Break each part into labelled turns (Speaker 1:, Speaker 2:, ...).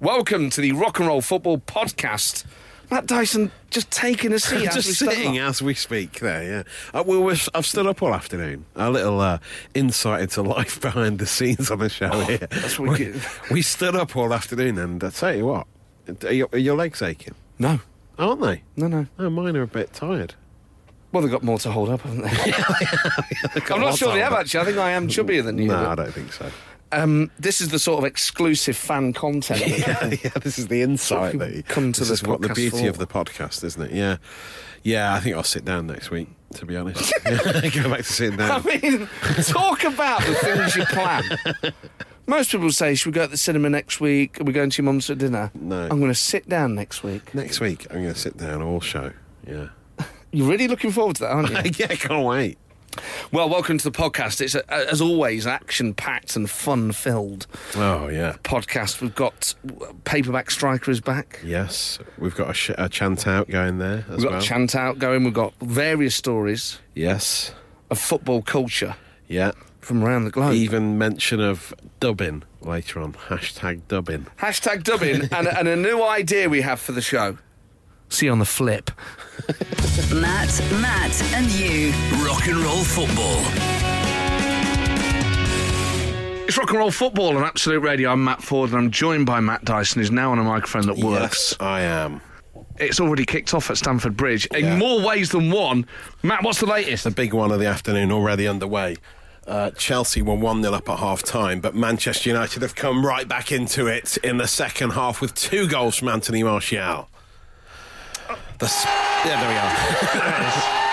Speaker 1: Welcome to the Rock and Roll Football Podcast. Matt Dyson just taking a seat. as we
Speaker 2: just
Speaker 1: start.
Speaker 2: sitting as we speak there, yeah. Uh, well, we've, I've stood up all afternoon. A little uh, insight into life behind the scenes on the show here.
Speaker 1: Oh, that's what we
Speaker 2: we,
Speaker 1: get.
Speaker 2: we stood up all afternoon, and I tell you what, are your, are your legs aching?
Speaker 1: No,
Speaker 2: Aren't they?
Speaker 1: no, no.
Speaker 2: Oh, mine are a bit tired.
Speaker 1: Well, they've got more to hold up, haven't they? I'm not sure they have, actually. I think I am chubbier than you.
Speaker 2: No,
Speaker 1: but-
Speaker 2: I don't think so.
Speaker 1: Um, this is the sort of exclusive fan content. that-
Speaker 2: yeah, yeah, this is the insight
Speaker 1: People
Speaker 2: that you
Speaker 1: come to
Speaker 2: this
Speaker 1: this
Speaker 2: is what the
Speaker 1: podcast
Speaker 2: beauty
Speaker 1: for.
Speaker 2: of the podcast, isn't it? Yeah, yeah. I think I'll sit down next week. To be honest, go back to sitting down.
Speaker 1: I mean, talk about the things you plan. Most people say, should we go to the cinema next week? Are we going to your mum's for dinner?
Speaker 2: No.
Speaker 1: I'm going to sit down next week.
Speaker 2: next week, I'm going to sit down all show. Yeah,
Speaker 1: You're really looking forward to that, aren't you?
Speaker 2: yeah. I Can't wait.
Speaker 1: well, welcome to the podcast. It's, a, as always, action packed and fun filled
Speaker 2: Oh yeah.
Speaker 1: podcast. We've got Paperback Striker is back.
Speaker 2: Yes, we've got a, sh- a chant out going there as
Speaker 1: We've got
Speaker 2: well.
Speaker 1: a chant out going. We've got various stories
Speaker 2: yes,
Speaker 1: of football culture
Speaker 2: yeah.
Speaker 1: from around the globe.
Speaker 2: Even mention of dubbing later on. Hashtag dubbing.
Speaker 1: Hashtag dubbing and, and a new idea we have for the show. See you on the flip.
Speaker 3: Matt, Matt, and you.
Speaker 4: Rock and roll football.
Speaker 1: It's rock and roll football on Absolute Radio. I'm Matt Ford and I'm joined by Matt Dyson, who's now on a microphone that works.
Speaker 2: Yes, I am.
Speaker 1: It's already kicked off at Stamford Bridge
Speaker 2: Yeah.
Speaker 1: in more ways than one. Matt, what's the latest?
Speaker 2: The big one of the afternoon already underway. Uh, Chelsea were 1 0 up at half time, but Manchester United have come right back into it in the second half with two goals from Anthony Martial. The s yeah, there we are.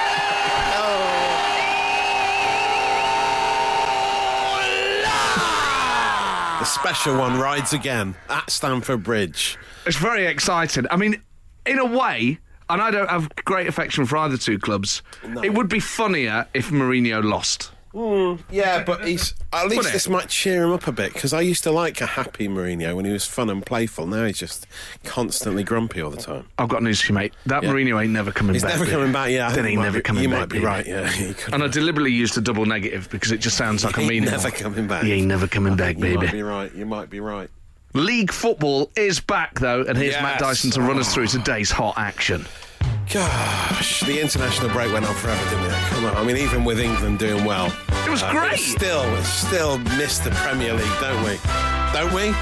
Speaker 2: The special one rides again at Stamford Bridge.
Speaker 1: It's very exciting. I mean, in a way, and I don't have great affection for either two clubs, it would be funnier if Mourinho lost.
Speaker 2: Yeah, but he's at least
Speaker 1: it?
Speaker 2: this might cheer him up a bit because I used to like a happy Mourinho when he was fun and playful. Now he's just constantly grumpy all the time.
Speaker 1: I've got news for you, mate. That Mourinho ain't never coming
Speaker 2: He's
Speaker 1: back.
Speaker 2: never
Speaker 1: dude.
Speaker 2: coming back. Yeah, I
Speaker 1: Then
Speaker 2: think
Speaker 1: he
Speaker 2: might
Speaker 1: never
Speaker 2: be-
Speaker 1: coming
Speaker 2: You
Speaker 1: back,
Speaker 2: might be
Speaker 1: dude.
Speaker 2: right. Yeah, he could.
Speaker 1: And I deliberately used a double negative because it just sounds like I
Speaker 2: He
Speaker 1: mean it.
Speaker 2: never coming back.
Speaker 1: He ain't never coming back,
Speaker 2: you
Speaker 1: baby.
Speaker 2: might be right. You might be right.
Speaker 1: League football is back, though, and here's Matt
Speaker 2: Yes.
Speaker 1: Dyson to run us through today's hot action.
Speaker 2: Gosh, the international break went on forever, didn't it? Come on. I mean, even with England doing well,
Speaker 1: It was
Speaker 2: we
Speaker 1: great.
Speaker 2: Still, we still miss the Premier League, don't we? Don't we?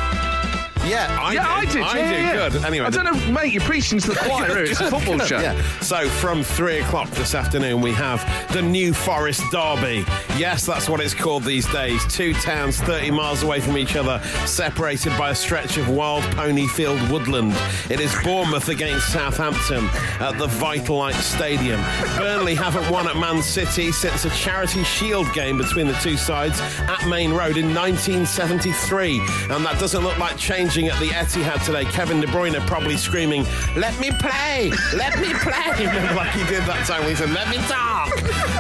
Speaker 2: Yeah, I
Speaker 1: yeah, I
Speaker 2: do.
Speaker 1: did.
Speaker 2: I
Speaker 1: yeah,
Speaker 2: do.
Speaker 1: yeah, yeah.
Speaker 2: Good. Anyway,
Speaker 1: I don't know, mate. You're preaching to the choir. here. It's a football show.
Speaker 2: Yeah. So from three o'clock this afternoon, we have the New Forest Derby. Yes, that's what it's called these days. Two towns 30 miles away from each other, separated by a stretch of wild ponyfield woodland. It is Bournemouth against Southampton at the Vitalite Stadium. Burnley haven't won at Man City since a charity shield game between the two sides at Main Road in 1973. And that doesn't look like changing at the Etihad today. Kevin De Bruyne probably screaming, Let me play! Let me play! Remember, like he did that time when he said, Let me talk!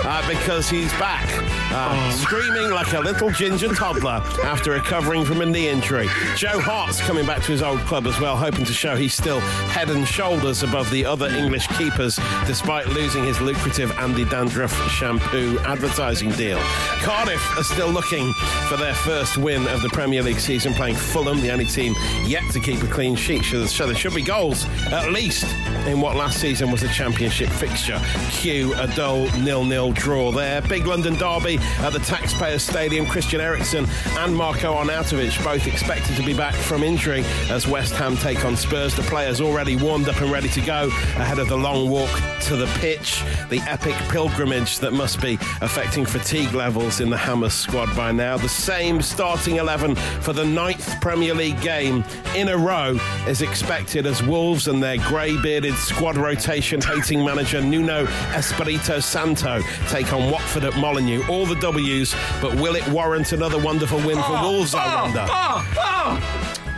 Speaker 2: Uh, because he's back, uh, screaming like a little ginger toddler after recovering from a knee injury. Joe Hart's coming back to his old club as well, hoping to show he's still head and shoulders above the other English keepers despite losing his lucrative Andy Dandruff shampoo advertising deal. Cardiff are still looking for their first win of the Premier League season, playing Fulham, the only team yet to keep a clean sheet. So so there should be goals, at least in what last season was a championship fixture. Q, a dull nil-nil draw there. Big London derby at the Taxpayers Stadium. Christian Eriksen and Marco Arnautovic both expected to be back from injury as West Ham take on Spurs. The players already warmed up and ready to go ahead of the long walk to the pitch. The epic pilgrimage that must be affecting fatigue levels in the Hammers squad by now. The same starting 11 for the ninth Premier League game in a row is expected as Wolves and their grey bearded squad rotation hating manager Nuno Espirito Santo take on Watford at Molineux. All the W's, but will it warrant another wonderful win for
Speaker 1: Oh,
Speaker 2: Wolves, I wonder?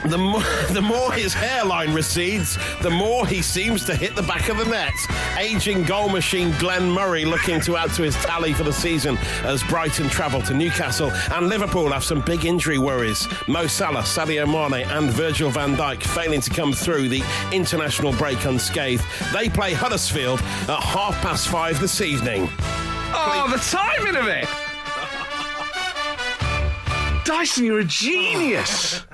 Speaker 2: The more, the more his hairline recedes, the more he seems to hit the back of the net. Aging goal machine Glenn Murray looking to add to his tally for the season as Brighton travel to Newcastle and Liverpool have some big injury worries. Mo Salah, Sadio Mane, and Virgil van Dijk failing to come through the international break unscathed. They play Huddersfield at half past five this evening.
Speaker 1: Oh, the timing of it! Dyson, you're a genius.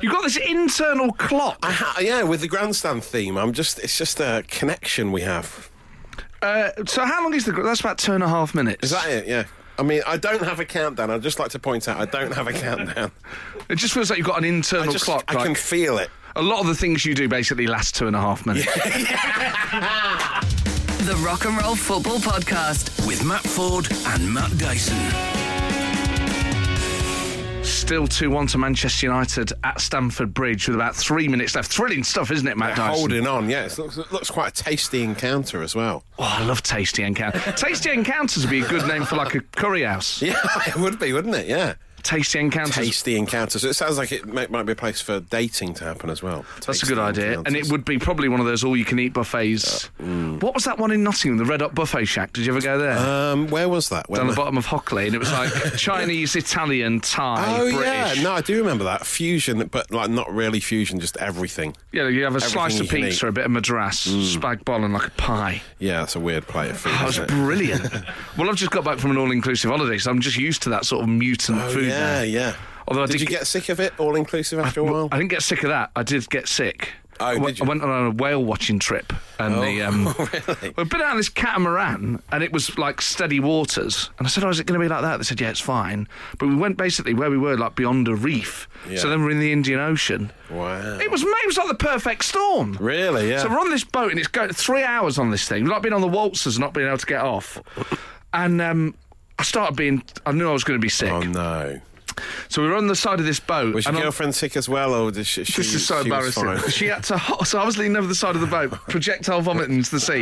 Speaker 1: You've got this internal clock.
Speaker 2: I ha- yeah, with the grandstand theme, I'm just it's just a connection we have.
Speaker 1: Uh, so how long is the? gr- That's about two and a half minutes.
Speaker 2: Is that it? Yeah. I mean, I don't have a countdown. I'd just like to point out, I don't have a countdown.
Speaker 1: It just feels like you've got an
Speaker 2: I
Speaker 1: internal
Speaker 2: just,
Speaker 1: clock.
Speaker 2: I
Speaker 1: like,
Speaker 2: can feel it.
Speaker 1: A lot of the things you do basically last two and a half minutes.
Speaker 3: The Rock and Roll Football Podcast.
Speaker 4: With Matt Ford and Matt Dyson.
Speaker 1: Still 2 1 to Manchester United at Stamford Bridge with about three minutes left. Thrilling stuff, isn't it, Matt Dyson?
Speaker 2: Holding on, yeah. It looks, it looks quite a tasty encounter as well.
Speaker 1: Oh, I love Tasty Encounter. Tasty Encounters would be a good name for like a curry house.
Speaker 2: Yeah, it would be, wouldn't it? Yeah.
Speaker 1: Tasty Encounters.
Speaker 2: Tasty encounters. It sounds like it may, might be a place for dating to happen as well.
Speaker 1: That's a
Speaker 2: Tasty
Speaker 1: good idea. And it
Speaker 2: encounters.
Speaker 1: would be probably one of those all you can eat buffets.
Speaker 2: Mm.
Speaker 1: What was that one in Nottingham, the Red Hot Buffet Shack? Did you ever go there?
Speaker 2: Um, where was that? When
Speaker 1: Down the bottom of Hockley, and it was like Chinese, Italian, Thai,
Speaker 2: Oh
Speaker 1: British.
Speaker 2: yeah, no, I do remember that fusion, but like not really fusion, just everything.
Speaker 1: Yeah, you have a slice
Speaker 2: Everything
Speaker 1: of
Speaker 2: you can
Speaker 1: pizza,
Speaker 2: eat. Mm.
Speaker 1: a bit of madras, spag bol, and like a pie.
Speaker 2: Yeah, that's a weird plate of food.
Speaker 1: That was
Speaker 2: isn't it?
Speaker 1: brilliant. well, I've just got back from an all-inclusive holiday, so I'm just used to that sort of mutant
Speaker 2: Oh,
Speaker 1: food.
Speaker 2: yeah,
Speaker 1: now.
Speaker 2: yeah.
Speaker 1: Although I
Speaker 2: did,
Speaker 1: did
Speaker 2: you
Speaker 1: get-
Speaker 2: get sick of it, all inclusive after a while?
Speaker 1: I didn't get sick of that. I did get sick.
Speaker 2: Oh,
Speaker 1: I,
Speaker 2: did
Speaker 1: went,
Speaker 2: you?
Speaker 1: I went on a whale watching trip,
Speaker 2: Oh,
Speaker 1: and the um, really? we'd been out on this catamaran, and it was like steady waters. And I said, "Oh, is it going to be like that?" They said, "Yeah, it's fine." But we went basically where we were, like beyond a reef.
Speaker 2: Yeah.
Speaker 1: So then we're in the Indian Ocean.
Speaker 2: Wow.
Speaker 1: It was ma- it was like the perfect storm.
Speaker 2: Really, yeah.
Speaker 1: So we're on this boat and it's going three hours on this thing. We've Like being on the waltzers, not being able to get off. And um, I started being. I knew I was going to be sick.
Speaker 2: oh no.
Speaker 1: So we were on the side of this boat.
Speaker 2: Was your
Speaker 1: and on-
Speaker 2: girlfriend sick as well, or did she? she
Speaker 1: this is so
Speaker 2: she was
Speaker 1: embarrassing.
Speaker 2: fine?
Speaker 1: She had to. Ho- so I was leaning over the side of the boat, projectile vomiting into the sea.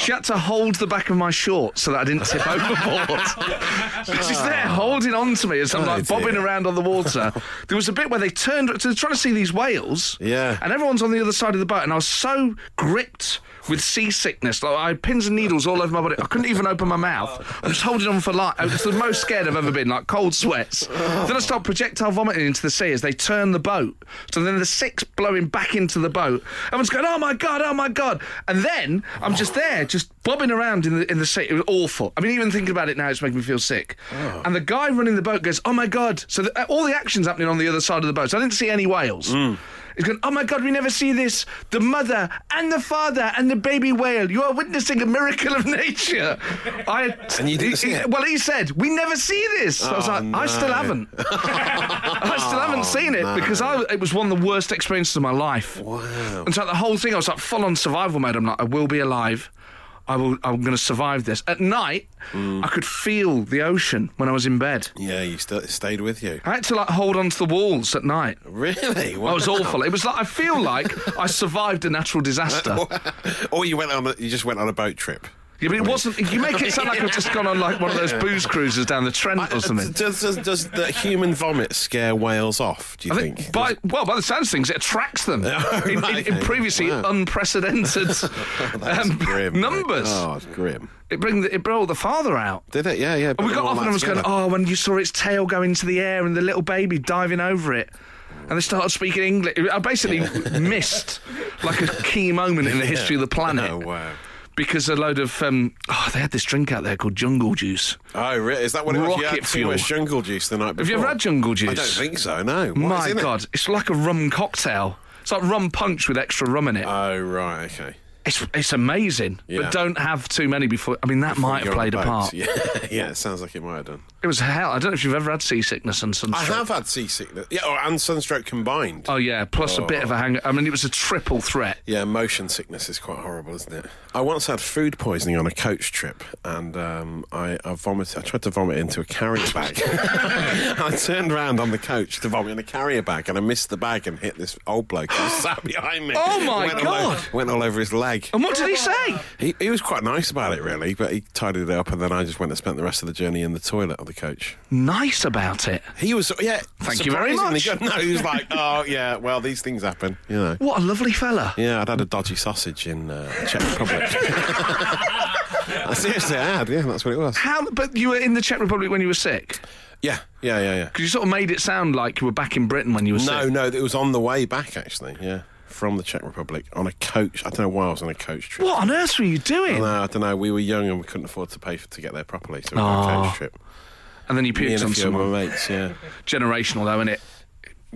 Speaker 1: she had to hold the back of my shorts so that I didn't tip overboard. So She's there holding on to me as I'm
Speaker 2: Oh,
Speaker 1: like bobbing
Speaker 2: dear.
Speaker 1: around on the water. there was a bit where they turned so they're trying to see these whales.
Speaker 2: Yeah.
Speaker 1: And everyone's on the other side of the boat, and I was so gripped. With seasickness, like I had pins and needles all over my body. I couldn't even open my mouth. I'm just holding on for life. It's the most scared I've ever been. Like cold sweats. Then I start projectile vomiting into the sea as they turn the boat. So then the six blowing back into the boat. Everyone's going, "Oh my god! Oh my god!" And then I'm just there, just bobbing around in the in the sea. It was awful. I mean, even thinking about it now, it's making me feel sick. And the guy running the boat goes, "Oh my god!" So the, all the action's happening on the other side of the boat. So I didn't see any whales. He's going, oh my God, we never see this. The mother and the father and the baby whale. You are witnessing a miracle of nature. I,
Speaker 2: And you didn't
Speaker 1: he-
Speaker 2: see
Speaker 1: he-
Speaker 2: it?
Speaker 1: Well, he said, we never see this. I was
Speaker 2: Oh,
Speaker 1: like, I still
Speaker 2: no. Oh,
Speaker 1: haven't. I still haven't seen it
Speaker 2: no.
Speaker 1: because I, it was one of the worst experiences of my life.
Speaker 2: Wow.
Speaker 1: And so the whole thing, I was like full on survival mode. I'm like, I will be alive. I will, I'm going to survive this. At night,
Speaker 2: Mm.
Speaker 1: I could feel the ocean when I was in bed.
Speaker 2: Yeah, you still it stayed with you.
Speaker 1: I had to like hold onto the walls at night.
Speaker 2: Really?
Speaker 1: That was awful. It was like I feel like I survived a natural disaster.
Speaker 2: or you went on? A, you just went on a boat trip.
Speaker 1: Yeah, but it wasn't. You make it sound like I've just gone on like one of those booze cruises down the Trent
Speaker 2: uh,
Speaker 1: or something.
Speaker 2: Does, does, does the human vomit scare whales off? Do you
Speaker 1: I
Speaker 2: think?
Speaker 1: think by well, by the sounds of things, it attracts them in, in, in
Speaker 2: okay.
Speaker 1: previously
Speaker 2: Wow.
Speaker 1: unprecedented
Speaker 2: That's
Speaker 1: um,
Speaker 2: grim.
Speaker 1: numbers.
Speaker 2: Oh, it's grim.
Speaker 1: It bring the, it brought the father out.
Speaker 2: Did it? Yeah, yeah.
Speaker 1: And we
Speaker 2: bring
Speaker 1: got
Speaker 2: all
Speaker 1: off and
Speaker 2: that
Speaker 1: I was going,
Speaker 2: together.
Speaker 1: oh, when you saw its tail go into the air and the little baby diving over it. And they started speaking English. I basically missed like a key moment in the history of the planet.
Speaker 2: Oh, wow.
Speaker 1: Because a load of um, oh, they had this drink out there called Jungle Juice.
Speaker 2: Oh, really? Is that what it was? You had
Speaker 1: Rocket
Speaker 2: too
Speaker 1: fuel.
Speaker 2: much jungle juice the night before.
Speaker 1: Have you ever had jungle juice?
Speaker 2: I don't think so. No. What
Speaker 1: My
Speaker 2: is in it?
Speaker 1: God, it's like a rum cocktail. It's like rum punch with extra rum in it.
Speaker 2: Oh right. Okay.
Speaker 1: it's it's amazing,
Speaker 2: Yeah.
Speaker 1: but don't have too many before. I mean, that might have
Speaker 2: You're on
Speaker 1: played a
Speaker 2: boat.
Speaker 1: part.
Speaker 2: Yeah. yeah. It sounds like it might have done.
Speaker 1: It was hell. I don't know if you've ever had seasickness and
Speaker 2: I
Speaker 1: sunstroke.
Speaker 2: have had seasickness. Yeah, or, and sunstroke combined.
Speaker 1: Oh yeah, plus a bit of a hangover. I mean, it was a triple threat.
Speaker 2: Yeah, motion sickness is quite horrible, isn't it? I once had food poisoning on a coach trip, and um, I, I vomited. I tried to vomit into a carrier bag. I turned round on the coach to vomit in a carrier bag, and I missed the bag and hit this old bloke who sat behind me.
Speaker 1: Oh, my
Speaker 2: went All
Speaker 1: God.
Speaker 2: over, went all over his leg.
Speaker 1: And what did he say?
Speaker 2: He, he was quite nice about it, really, but he tidied it up, and then I just went and spent the rest of the journey in the toilet on the coach.
Speaker 1: Nice about it.
Speaker 2: He was, yeah.
Speaker 1: Thank you very
Speaker 2: surprisingly
Speaker 1: much.
Speaker 2: good. No, he was like, oh yeah, well these things happen, you know.
Speaker 1: What a lovely fella.
Speaker 2: Yeah, I'd had a dodgy sausage in uh, Czech Republic. Seriously, I had. Yeah, that's what it was.
Speaker 1: How? But you were in the Czech Republic when you were sick.
Speaker 2: Yeah, yeah, yeah, yeah.
Speaker 1: Because you sort of made it sound like you were back in Britain when you were
Speaker 2: No,
Speaker 1: sick.
Speaker 2: no, it was on the way back actually. Yeah, from the Czech Republic on a coach. I don't know why I was on a coach trip.
Speaker 1: What on earth were you doing?
Speaker 2: No, I don't know. We were young and we couldn't afford to pay for, to get there properly, so we were on a
Speaker 1: Oh.
Speaker 2: coach trip.
Speaker 1: and then he
Speaker 2: Me
Speaker 1: pukes
Speaker 2: and a
Speaker 1: on
Speaker 2: few of my
Speaker 1: someone.
Speaker 2: mates, yeah.
Speaker 1: Generational though, isn't it?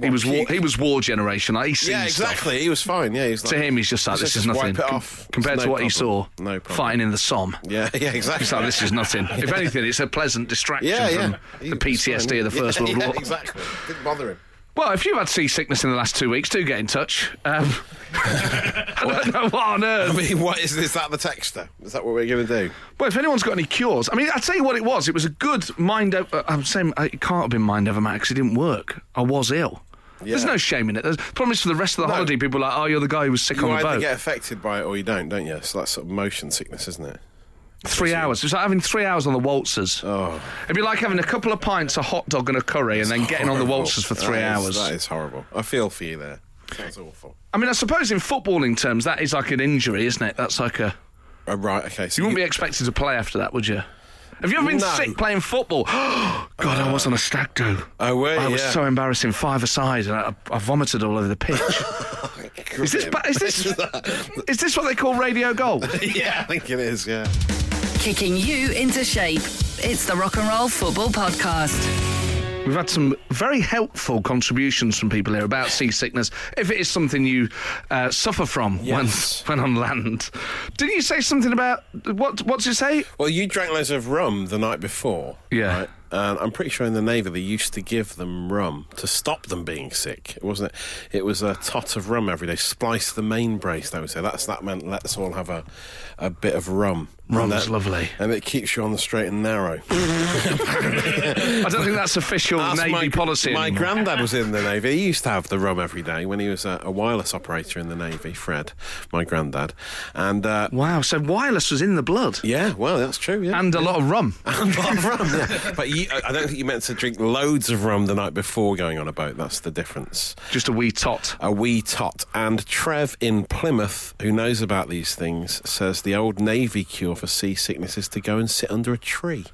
Speaker 1: He was war,
Speaker 2: puke?
Speaker 1: he was war generation. Like, he sees
Speaker 2: Yeah,
Speaker 1: stuff.
Speaker 2: exactly. He was fine. Yeah, he's like,
Speaker 1: To him, he's just like
Speaker 2: Let's
Speaker 1: this is
Speaker 2: just
Speaker 1: nothing
Speaker 2: Wipe it
Speaker 1: Com-
Speaker 2: off.
Speaker 1: compared
Speaker 2: It's
Speaker 1: to
Speaker 2: no
Speaker 1: what he saw
Speaker 2: problem. No problem.
Speaker 1: fighting in the Somme.
Speaker 2: Yeah, yeah, exactly.
Speaker 1: It's like this is nothing. If anything, it's a pleasant distraction
Speaker 2: yeah, yeah.
Speaker 1: from the
Speaker 2: It's fine,
Speaker 1: PTSD of the
Speaker 2: yeah.
Speaker 1: First World
Speaker 2: Yeah,
Speaker 1: War.
Speaker 2: Exactly. Didn't bother him.
Speaker 1: Well, if you've had seasickness in the last two weeks, do get in touch. Um, I don't know what on earth.
Speaker 2: I mean, what is, is that the texter? Is that what we're going to do?
Speaker 1: Well, if anyone's got any cures, I mean, I'll tell you what it was. It was a good mind over. I'm saying uh, it can't have been mind over matter because it didn't work. I was ill. There's
Speaker 2: Yeah.
Speaker 1: no shame in it. There's, the problem is for the rest of the
Speaker 2: No.
Speaker 1: holiday, people are like, oh, you're the guy who was sick
Speaker 2: You
Speaker 1: on the
Speaker 2: either
Speaker 1: boat.
Speaker 2: get affected by it or you don't, don't you? So that's sort of motion sickness, isn't it?
Speaker 1: Three hours. It was like having three hours on the waltzers.
Speaker 2: Oh.
Speaker 1: It'd be like having a couple of pints, a hot dog, and a curry, and then getting on the
Speaker 2: Horrible.
Speaker 1: waltzers for three
Speaker 2: That is-
Speaker 1: hours.
Speaker 2: that is horrible. I feel for you there. Sounds awful.
Speaker 1: I mean, I suppose in footballing terms, that is like an injury, isn't it? That's like a.
Speaker 2: Oh, right, okay. So
Speaker 1: You wouldn't be expected to play after that, would you? Have you ever been
Speaker 2: No.
Speaker 1: sick playing football? God, I was on a stag do.
Speaker 2: Oh, were you?
Speaker 1: I was
Speaker 2: Yeah.
Speaker 1: so embarrassing, five aside, and I, I vomited all over the pitch. is this ba- is this is this what they call radio gold?
Speaker 2: yeah, I think it is, yeah.
Speaker 3: Kicking you into shape. It's the Rock and Roll Football Podcast.
Speaker 1: We've had some very helpful contributions from people here about seasickness. If it is something you uh, suffer from
Speaker 2: Yes.
Speaker 1: when when on land, didn't you say something about what? What's it say?
Speaker 2: Well, you drank loads of rum the night before.
Speaker 1: Yeah.
Speaker 2: Right? And I'm pretty sure in the Navy they used to give them rum to stop them being sick. It wasn't it? It was a tot of rum every day. Splice the main brace, they would say. That's that meant let's all have a, a bit of rum.
Speaker 1: Rum's
Speaker 2: And that-
Speaker 1: lovely. Mm,
Speaker 2: And it keeps you on the straight and narrow.
Speaker 1: I don't think that's official
Speaker 2: That's
Speaker 1: Navy policy.
Speaker 2: My
Speaker 1: anymore.
Speaker 2: granddad was in the Navy. He used to have the rum every day when he was a, a wireless operator in the Navy, Fred, my granddad. And uh,
Speaker 1: wow, so wireless was in the blood
Speaker 2: yeah, well, that's true. Yeah.
Speaker 1: and a lot of rum.
Speaker 2: And a lot of rum, yeah. But you, I don't think you meant to drink loads of rum the night before going on a boat. That's the difference.
Speaker 1: Just a wee tot.
Speaker 2: A wee tot. And Trev in Plymouth, who knows about these things, says the old Navy cure for seasickness is to go and sit under a tree.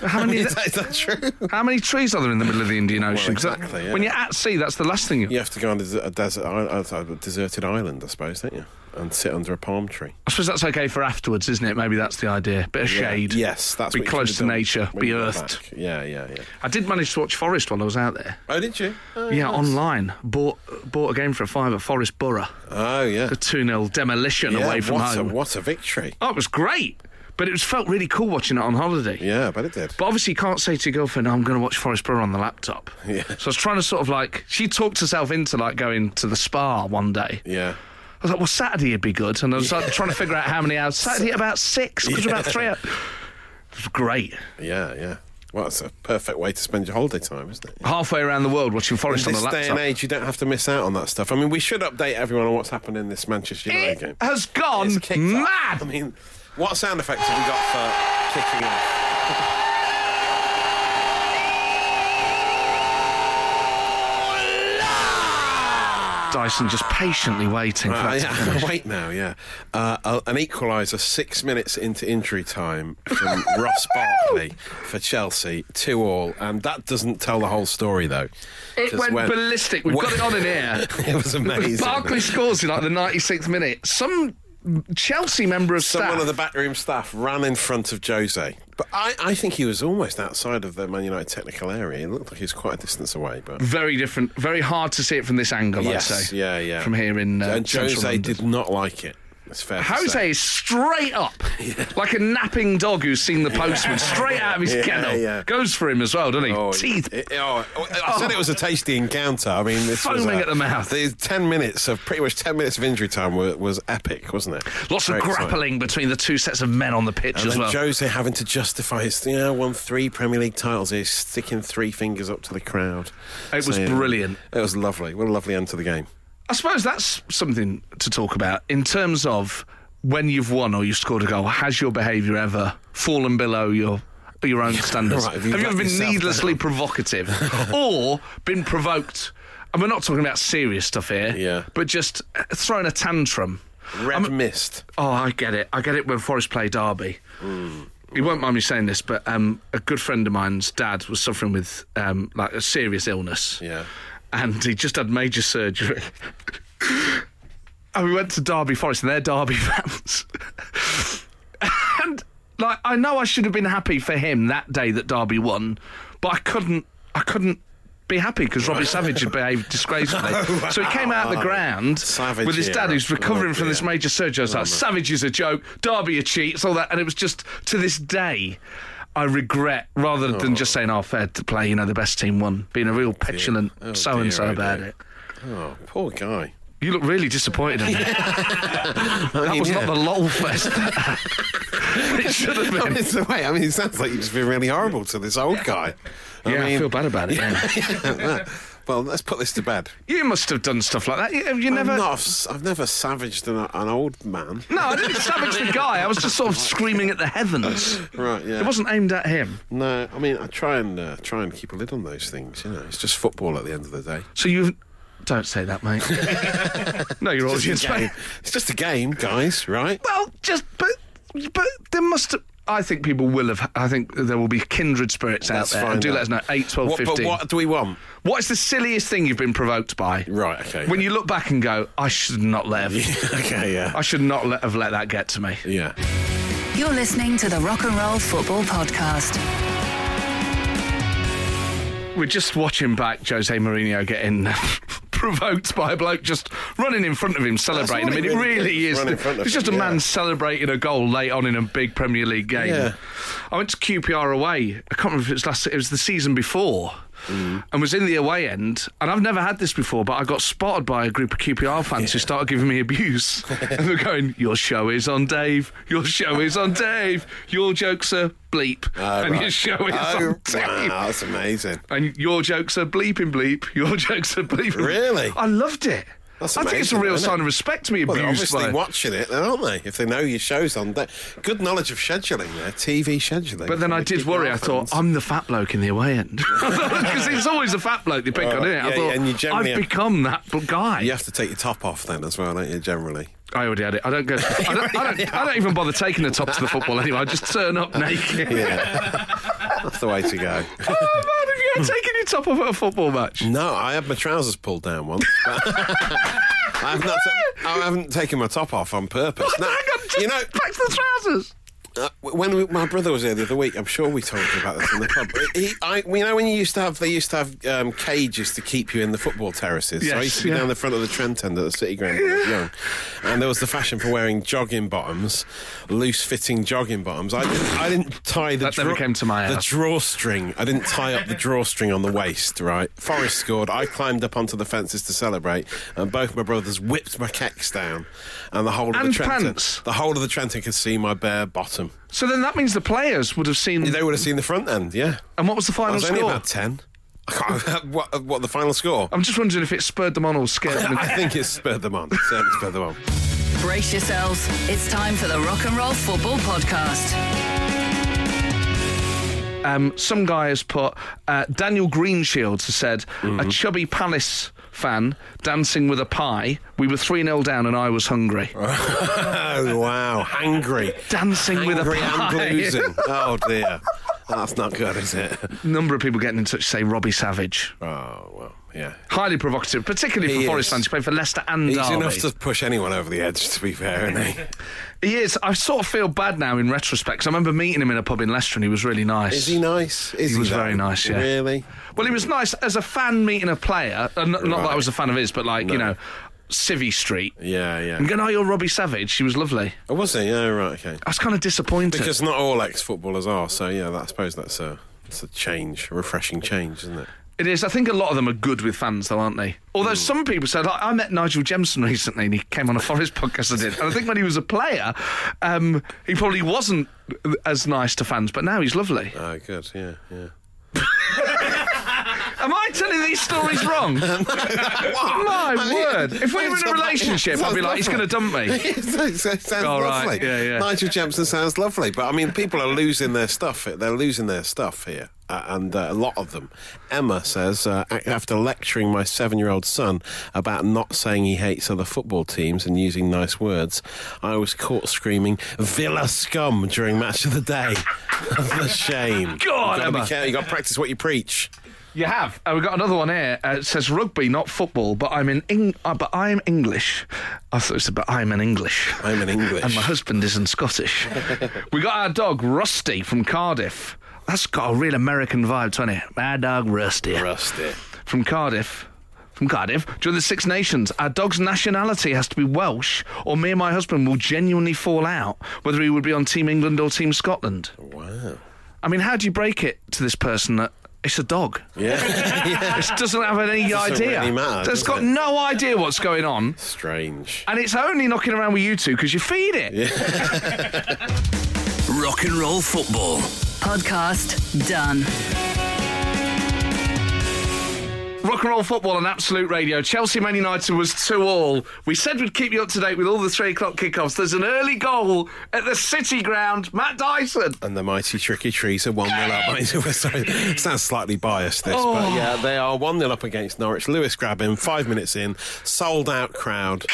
Speaker 1: How many?
Speaker 2: is, that, is that true?
Speaker 1: How many trees are there in the middle of the Indian Ocean? 'Cause that-
Speaker 2: exactly, yeah.
Speaker 1: When you're at sea, that's the last thing. You,
Speaker 2: You have to go on a des- a desert, island, a deserted island, I suppose, don't you? And sit under a palm tree.
Speaker 1: I suppose that's okay for afterwards, isn't it? Maybe that's the idea. Bit of shade.
Speaker 2: Yes, that's
Speaker 1: be
Speaker 2: what you
Speaker 1: close
Speaker 2: should
Speaker 1: to
Speaker 2: do
Speaker 1: nature,
Speaker 2: when
Speaker 1: be
Speaker 2: you go
Speaker 1: earthed.
Speaker 2: back. Yeah, yeah, yeah.
Speaker 1: I did manage to watch Forest while I was out there.
Speaker 2: Oh, did you? Oh,
Speaker 1: Yeah,
Speaker 2: nice.
Speaker 1: online. Bought bought a game for a five at Forest Borough.
Speaker 2: Oh, yeah.
Speaker 1: A 2 0 demolition
Speaker 2: yeah
Speaker 1: away from
Speaker 2: what
Speaker 1: home.
Speaker 2: A, what a victory!
Speaker 1: Oh, it was great. But it was felt really cool watching it on holiday.
Speaker 2: Yeah, I bet it did.
Speaker 1: But obviously, you can't say to your girlfriend, "Oh, I'm going to watch Forest Borough on the laptop.
Speaker 2: Yeah.
Speaker 1: So I was trying to sort of like, she talked herself into like going to the spa one day.
Speaker 2: yeah.
Speaker 1: I was like, well, Saturday would be good. And I was like, trying to figure out how many hours. Saturday, about six, because we're about three hours. It was great.
Speaker 2: Yeah, yeah. Well, that's a perfect way to spend your holiday time, isn't it?
Speaker 1: Halfway around the world watching
Speaker 2: In
Speaker 1: Forest on
Speaker 2: this
Speaker 1: the
Speaker 2: day and
Speaker 1: laptop.
Speaker 2: age, you don't have to miss out on that stuff. I mean, we should update everyone on what's happened in this Manchester United game.
Speaker 1: It has gone
Speaker 2: It's kicked off.
Speaker 1: mad.
Speaker 2: I mean, what sound effects have we got for kicking off?
Speaker 1: Dyson just patiently waiting for
Speaker 2: Uh,
Speaker 1: that to
Speaker 2: yeah, wait now, yeah. Uh, a- an equaliser six minutes into injury time from Ross Barkley for Chelsea, two all, and that doesn't tell the whole story though.
Speaker 1: It
Speaker 2: 'Cause
Speaker 1: went
Speaker 2: when-
Speaker 1: ballistic. We've got it on in here.
Speaker 2: it was amazing.
Speaker 1: Barkley scores in like the 96th minute. Some Chelsea member of
Speaker 2: Someone
Speaker 1: staff.
Speaker 2: of the backroom staff ran in front of Jose. But I, I think he was almost outside of the Man United technical area. It looked like he was quite a distance away. But
Speaker 1: very different. Very hard to see it from this angle. Mm-hmm. I'd
Speaker 2: yes,
Speaker 1: say.
Speaker 2: yeah, yeah.
Speaker 1: From here in uh,
Speaker 2: and
Speaker 1: central
Speaker 2: Jose
Speaker 1: London.
Speaker 2: did not like it. It's fair. to
Speaker 1: Jose
Speaker 2: say.
Speaker 1: is straight up, like a napping dog who's seen the postman, straight out of his
Speaker 2: Yeah,
Speaker 1: kennel.
Speaker 2: yeah.
Speaker 1: Goes for him as well, doesn't he?
Speaker 2: Oh,
Speaker 1: Teeth.
Speaker 2: it- it- oh, I said it was a tasty encounter. I mean, this was
Speaker 1: Foaming
Speaker 2: a-
Speaker 1: at the mouth.
Speaker 2: The ten minutes of pretty much ten minutes of injury time was, was epic, wasn't it?
Speaker 1: Lots of
Speaker 2: Very exciting.
Speaker 1: grappling between the two sets of men on the pitch
Speaker 2: And
Speaker 1: as
Speaker 2: then
Speaker 1: well.
Speaker 2: Jose having to justify his, you know, won three Premier League titles. He's sticking three fingers up to the crowd.
Speaker 1: It was
Speaker 2: saying-
Speaker 1: brilliant.
Speaker 2: It was lovely. What a lovely end to the game.
Speaker 1: I suppose that's something to talk about in terms of when you've won or you've scored a goal. Has your behaviour ever fallen below your your own standards?
Speaker 2: Right, have
Speaker 1: have
Speaker 2: you
Speaker 1: you,
Speaker 2: let
Speaker 1: ever been
Speaker 2: yourself
Speaker 1: needlessly provocative or been provoked? And we're not talking about serious stuff here,
Speaker 2: Yeah.
Speaker 1: but just uh, throwing a tantrum.
Speaker 2: Red mist.
Speaker 1: Oh, I get it. I get it when Forest play Derby. You won't mind me saying this, but um, a good friend of mine's dad was suffering with um, like a serious illness.
Speaker 2: Yeah.
Speaker 1: And he just had major surgery. and we went to Derby Forest and they're Derby fans. and like I know I should have been happy for him that day that Derby won, but I couldn't. I couldn't be happy because Robbie Savage had behaved disgracefully. So he came out of the ground
Speaker 2: Oh, Savage
Speaker 1: with his dad,
Speaker 2: era.
Speaker 1: who's recovering
Speaker 2: Oh,
Speaker 1: from this
Speaker 2: dear.
Speaker 1: major surgery. I was like, Savage is a joke. Derby are cheats, all that, and it was just to this day. I regret rather than just saying, "Oh, fair to play," you know, the best team won. Being a real petulant
Speaker 2: Oh,
Speaker 1: so and so
Speaker 2: dear, oh,
Speaker 1: about
Speaker 2: dear.
Speaker 1: it.
Speaker 2: Oh, poor guy.
Speaker 1: You look really disappointed. In me. that was not the lol fest. it should have
Speaker 2: I
Speaker 1: been.
Speaker 2: mean, so wait, I mean, it sounds like you've just been really horrible to this old guy. I
Speaker 1: yeah, I
Speaker 2: mean,
Speaker 1: feel bad about it. now.
Speaker 2: well, let's put this to bed.
Speaker 1: You must have done stuff like that. You, have you never.
Speaker 2: I'm not, I've never savaged an, an old man.
Speaker 1: No, I didn't savage the guy. I was just sort of screaming at the heavens.
Speaker 2: Right, yeah.
Speaker 1: It wasn't aimed at him.
Speaker 2: No, I mean, I try and uh, try and keep a lid on those things. You know, it's just football at the end of the day.
Speaker 1: So you don't say that, mate. no, your audience, mate.
Speaker 2: It's just a game, guys. Right?
Speaker 1: Well, just but but there must. I think people will have. I think there will be kindred spirits
Speaker 2: Let's
Speaker 1: out there.
Speaker 2: find
Speaker 1: And do let
Speaker 2: out.
Speaker 1: us know. 8, 12,
Speaker 2: What-
Speaker 1: 15.
Speaker 2: But what do we want?
Speaker 1: what is the silliest thing you've been provoked by?
Speaker 2: Right. Okay.
Speaker 1: When you look back and go, I should not let have.
Speaker 2: okay. Yeah.
Speaker 1: I should not let, have let that get to me.
Speaker 2: yeah.
Speaker 3: You're listening to the Rock and Roll Football Podcast.
Speaker 1: We're just watching back Jose Mourinho getting provoked by a bloke just running in front of him, celebrating. I
Speaker 2: what
Speaker 1: mean,
Speaker 2: it
Speaker 1: it
Speaker 2: really
Speaker 1: really is.
Speaker 2: is, run in front of
Speaker 1: It's
Speaker 2: him,
Speaker 1: just a
Speaker 2: yeah.
Speaker 1: man celebrating a goal late on in a big Premier League game.
Speaker 2: Yeah.
Speaker 1: I went to QPR away. I can't remember if it was last. It was the season before,
Speaker 2: Mm.
Speaker 1: and was in the away end. And I've never had this before, but I got spotted by a group of QPR fans who started giving me abuse. and they're going, "Your show is on, Dave. Your show is on, Dave. Your jokes are bleep,
Speaker 2: Oh,
Speaker 1: and
Speaker 2: right.
Speaker 1: your show is
Speaker 2: oh,
Speaker 1: on, Dave."
Speaker 2: wow, that's amazing.
Speaker 1: and your jokes are bleeping bleep. Your jokes are bleeping.
Speaker 2: Really?
Speaker 1: I loved it.
Speaker 2: That's
Speaker 1: I think it's a
Speaker 2: amazing,
Speaker 1: real
Speaker 2: isn't
Speaker 1: sign
Speaker 2: it?
Speaker 1: of respect to be
Speaker 2: Well, they're
Speaker 1: abused
Speaker 2: obviously
Speaker 1: by.
Speaker 2: watching it, then, aren't they? If they know your show's on, there. good knowledge of scheduling there, TV scheduling.
Speaker 1: But then
Speaker 2: from
Speaker 1: I
Speaker 2: the
Speaker 1: did worry. I
Speaker 2: QPR
Speaker 1: thought
Speaker 2: fans.
Speaker 1: I'm the fat bloke in the away end because it's always the fat bloke they pick on.
Speaker 2: Right,
Speaker 1: Isn't it?
Speaker 2: yeah,
Speaker 1: I thought
Speaker 2: and you generally
Speaker 1: I've
Speaker 2: have-
Speaker 1: become that bl- guy.
Speaker 2: you have to take your top off then as well, don't you? Generally,
Speaker 1: I already had it. I don't go. I don't, I, don't, I don't even bother taking the top to the football anyway. I just turn up naked.
Speaker 2: that's the way to go.
Speaker 1: oh man, have you ever taken your top off at a football match?
Speaker 2: no, I had my trousers pulled down once. but- I've not. I haven't taken my top off on purpose. No,
Speaker 1: Hang on, just
Speaker 2: you know,
Speaker 1: back to the trousers.
Speaker 2: Uh, when we, my brother was here the other week, I'm sure we talked about this in the club. He, I, you know, when you used to have, they used to have um, cages to keep you in the football terraces. so I
Speaker 1: Yes,
Speaker 2: used to be
Speaker 1: yeah.
Speaker 2: down the front of the Trent end at the City Ground when I was young, and there was the fashion for wearing jogging bottoms, loose-fitting jogging bottoms. I didn't, I didn't tie the
Speaker 1: That never came to my
Speaker 2: the
Speaker 1: house.
Speaker 2: drawstring. I didn't tie up the drawstring on the waist. Right, Forrest scored. I climbed up onto the fences to celebrate, and both my brothers whipped my kecks down, and the whole of the
Speaker 1: And
Speaker 2: Trent end-
Speaker 1: pants.
Speaker 2: the whole of the Trenton could see my bare bottom.
Speaker 1: So then that means the players would have seen.
Speaker 2: They would have seen the front end, yeah.
Speaker 1: and what was the
Speaker 2: I
Speaker 1: final
Speaker 2: was only
Speaker 1: score? Um,
Speaker 2: about 10. I can't, what, what, the final score?
Speaker 1: I'm just wondering if it spurred them on or scared them.
Speaker 2: I think it spurred them on. It Certainly spurred them on.
Speaker 3: Brace yourselves. It's time for the Rock and Roll Football Podcast.
Speaker 1: Um, some guy has put uh, Daniel Greenshields has said
Speaker 2: Mm-hmm.
Speaker 1: a chubby Palace fan dancing with a pie. We were three 0 down and I was hungry.
Speaker 2: oh, wow. Hungry.
Speaker 1: Dancing with a
Speaker 2: Hungry and
Speaker 1: pie.
Speaker 2: losing. Oh, dear. That's not good, is it?
Speaker 1: Number of people getting in touch say Robbie Savage.
Speaker 2: Oh, well, yeah.
Speaker 1: Highly provocative, particularly
Speaker 2: He
Speaker 1: for Forest
Speaker 2: is.
Speaker 1: fans. He played for Leicester and
Speaker 2: He's
Speaker 1: Derby.
Speaker 2: enough to push anyone over the edge, to be fair, isn't he?
Speaker 1: He is. I sort of feel bad now in retrospect. 'cause I remember meeting him in a pub in Leicester and he was really nice.
Speaker 2: Is he nice? Is he,
Speaker 1: was
Speaker 2: though?
Speaker 1: very nice, yeah.
Speaker 2: Really?
Speaker 1: Well, he was nice as a fan meeting a player. And not, not that I was a fan of his, but like, you know, Civvy Street.
Speaker 2: Yeah, yeah.
Speaker 1: And going, oh, you're Robbie Savage. She was lovely.
Speaker 2: Oh, was he? Yeah, right, okay.
Speaker 1: I was kind of disappointed.
Speaker 2: Because not all ex footballers are, so yeah, that, I suppose that's a, that's a change, a refreshing change, isn't it?
Speaker 1: it is. I think a lot of them are good with fans, though, aren't they? Although some people said, like, I met Nigel Jemson recently and he came on a Forest podcast I did. And I think when he was a player, um, he probably wasn't as nice to fans, but now he's lovely.
Speaker 2: Oh, good, yeah, yeah.
Speaker 1: Am I telling these stories wrong? My word. If we were in a relationship, I'd be like, he's going to dump me.
Speaker 2: sounds sounds
Speaker 1: All right,
Speaker 2: lovely.
Speaker 1: yeah, yeah.
Speaker 2: Nigel Jemson sounds lovely, but I mean, people are losing their stuff. They're losing their stuff here, uh, and uh, a lot of them. Emma says, uh, a- after lecturing my seven-year-old son about not saying he hates other football teams and using nice words, I was caught screaming "Villa scum" during match of the day. the shame.
Speaker 1: Go on,
Speaker 2: you gotta be
Speaker 1: Emma.
Speaker 2: careful. You got to practice what you preach.
Speaker 1: You have. Uh, we've got another one here. Uh, it says rugby, not football, but I'm in. Eng- uh, but I'm English. I thought it said, but I'm an English.
Speaker 2: I'm in English.
Speaker 1: and my husband isn't Scottish. we got our dog Rusty from Cardiff. That's got a real American vibe, to it? Our dog Rusty
Speaker 2: Rusty.
Speaker 1: from Cardiff. From Cardiff, during the Six Nations, our dog's nationality has to be Welsh, or me and my husband will genuinely fall out, whether he would be on Team England or Team Scotland.
Speaker 2: Wow.
Speaker 1: I mean, how do you break it to this person that it's a dog?
Speaker 2: Yeah. yeah.
Speaker 1: It doesn't have any
Speaker 2: Doesn't
Speaker 1: idea.
Speaker 2: really matter,
Speaker 1: it's
Speaker 2: does
Speaker 1: got
Speaker 2: it?
Speaker 1: no idea what's going on,
Speaker 2: Strange.
Speaker 1: and it's only knocking around with you two because you feed it.
Speaker 4: Rock and roll football.
Speaker 3: Podcast done.
Speaker 1: Rock and roll football on Absolute Radio. Chelsea Man United was two all. We said we'd keep you up to date with all the three o'clock kickoffs. There's an early goal at the City Ground. Matt Dyson.
Speaker 2: And the mighty tricky trees are 1 0 up. Sorry, sounds slightly biased, this,
Speaker 1: Oh.
Speaker 2: but yeah, they are 1 0 up against Norwich. Lewis Grabbin, five minutes in, sold out crowd.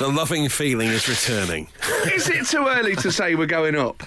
Speaker 2: the loving feeling is returning.
Speaker 1: Is it too early to say we're going up?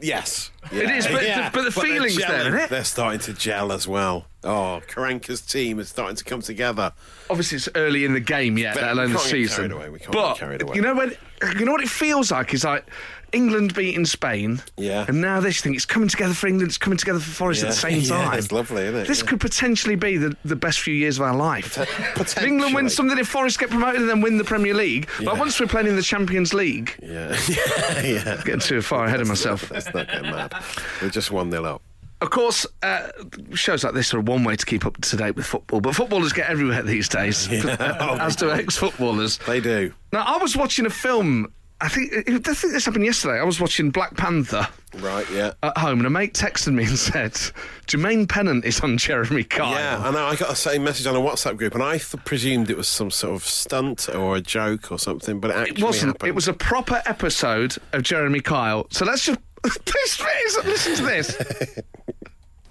Speaker 2: Yes.
Speaker 1: It is, but the- but the
Speaker 2: they're
Speaker 1: feeling's there,
Speaker 2: gelling.
Speaker 1: isn't it?
Speaker 2: They're starting to gel as well. Oh, Karanka's team is starting to come together.
Speaker 1: Obviously, it's early in the game yet,
Speaker 2: But
Speaker 1: let
Speaker 2: we
Speaker 1: alone the
Speaker 2: can't get
Speaker 1: season.
Speaker 2: carried away, we can't
Speaker 1: but
Speaker 2: get carried away.
Speaker 1: you know when you know what it feels like is like England beating Spain.
Speaker 2: Yeah.
Speaker 1: And now this thing, it's coming together for England. It's coming together for Forest at
Speaker 2: Yeah.
Speaker 1: the same
Speaker 2: Yeah,
Speaker 1: time.
Speaker 2: it's lovely, isn't it?
Speaker 1: This
Speaker 2: Yeah.
Speaker 1: could potentially be the, the best few years of our life. If
Speaker 2: Potentially.
Speaker 1: England wins something if Forest get promoted and then win the Premier League. Like
Speaker 2: Yeah.
Speaker 1: once we're playing in the Champions League,
Speaker 2: Yeah, yeah, yeah.
Speaker 1: getting too far ahead of myself.
Speaker 2: Let's not get mad. We're just 1 0 up.
Speaker 1: Of course, uh, shows like this are one way to keep up to date with football, but footballers get everywhere these days, as do ex-footballers.
Speaker 2: They do.
Speaker 1: Now, I was watching a film. I think I think this happened yesterday. I was watching Black Panther
Speaker 2: Right, yeah.
Speaker 1: at home, and a mate texted me and said, "Jermaine Pennant is on Jeremy Kyle."
Speaker 2: Yeah, I know. I got the same message on a WhatsApp group, and I th- presumed it was some sort of stunt or a joke or something, but it actually
Speaker 1: it wasn't.
Speaker 2: happened.
Speaker 1: It was a proper episode of Jeremy Kyle. So let's just please, please listen to this.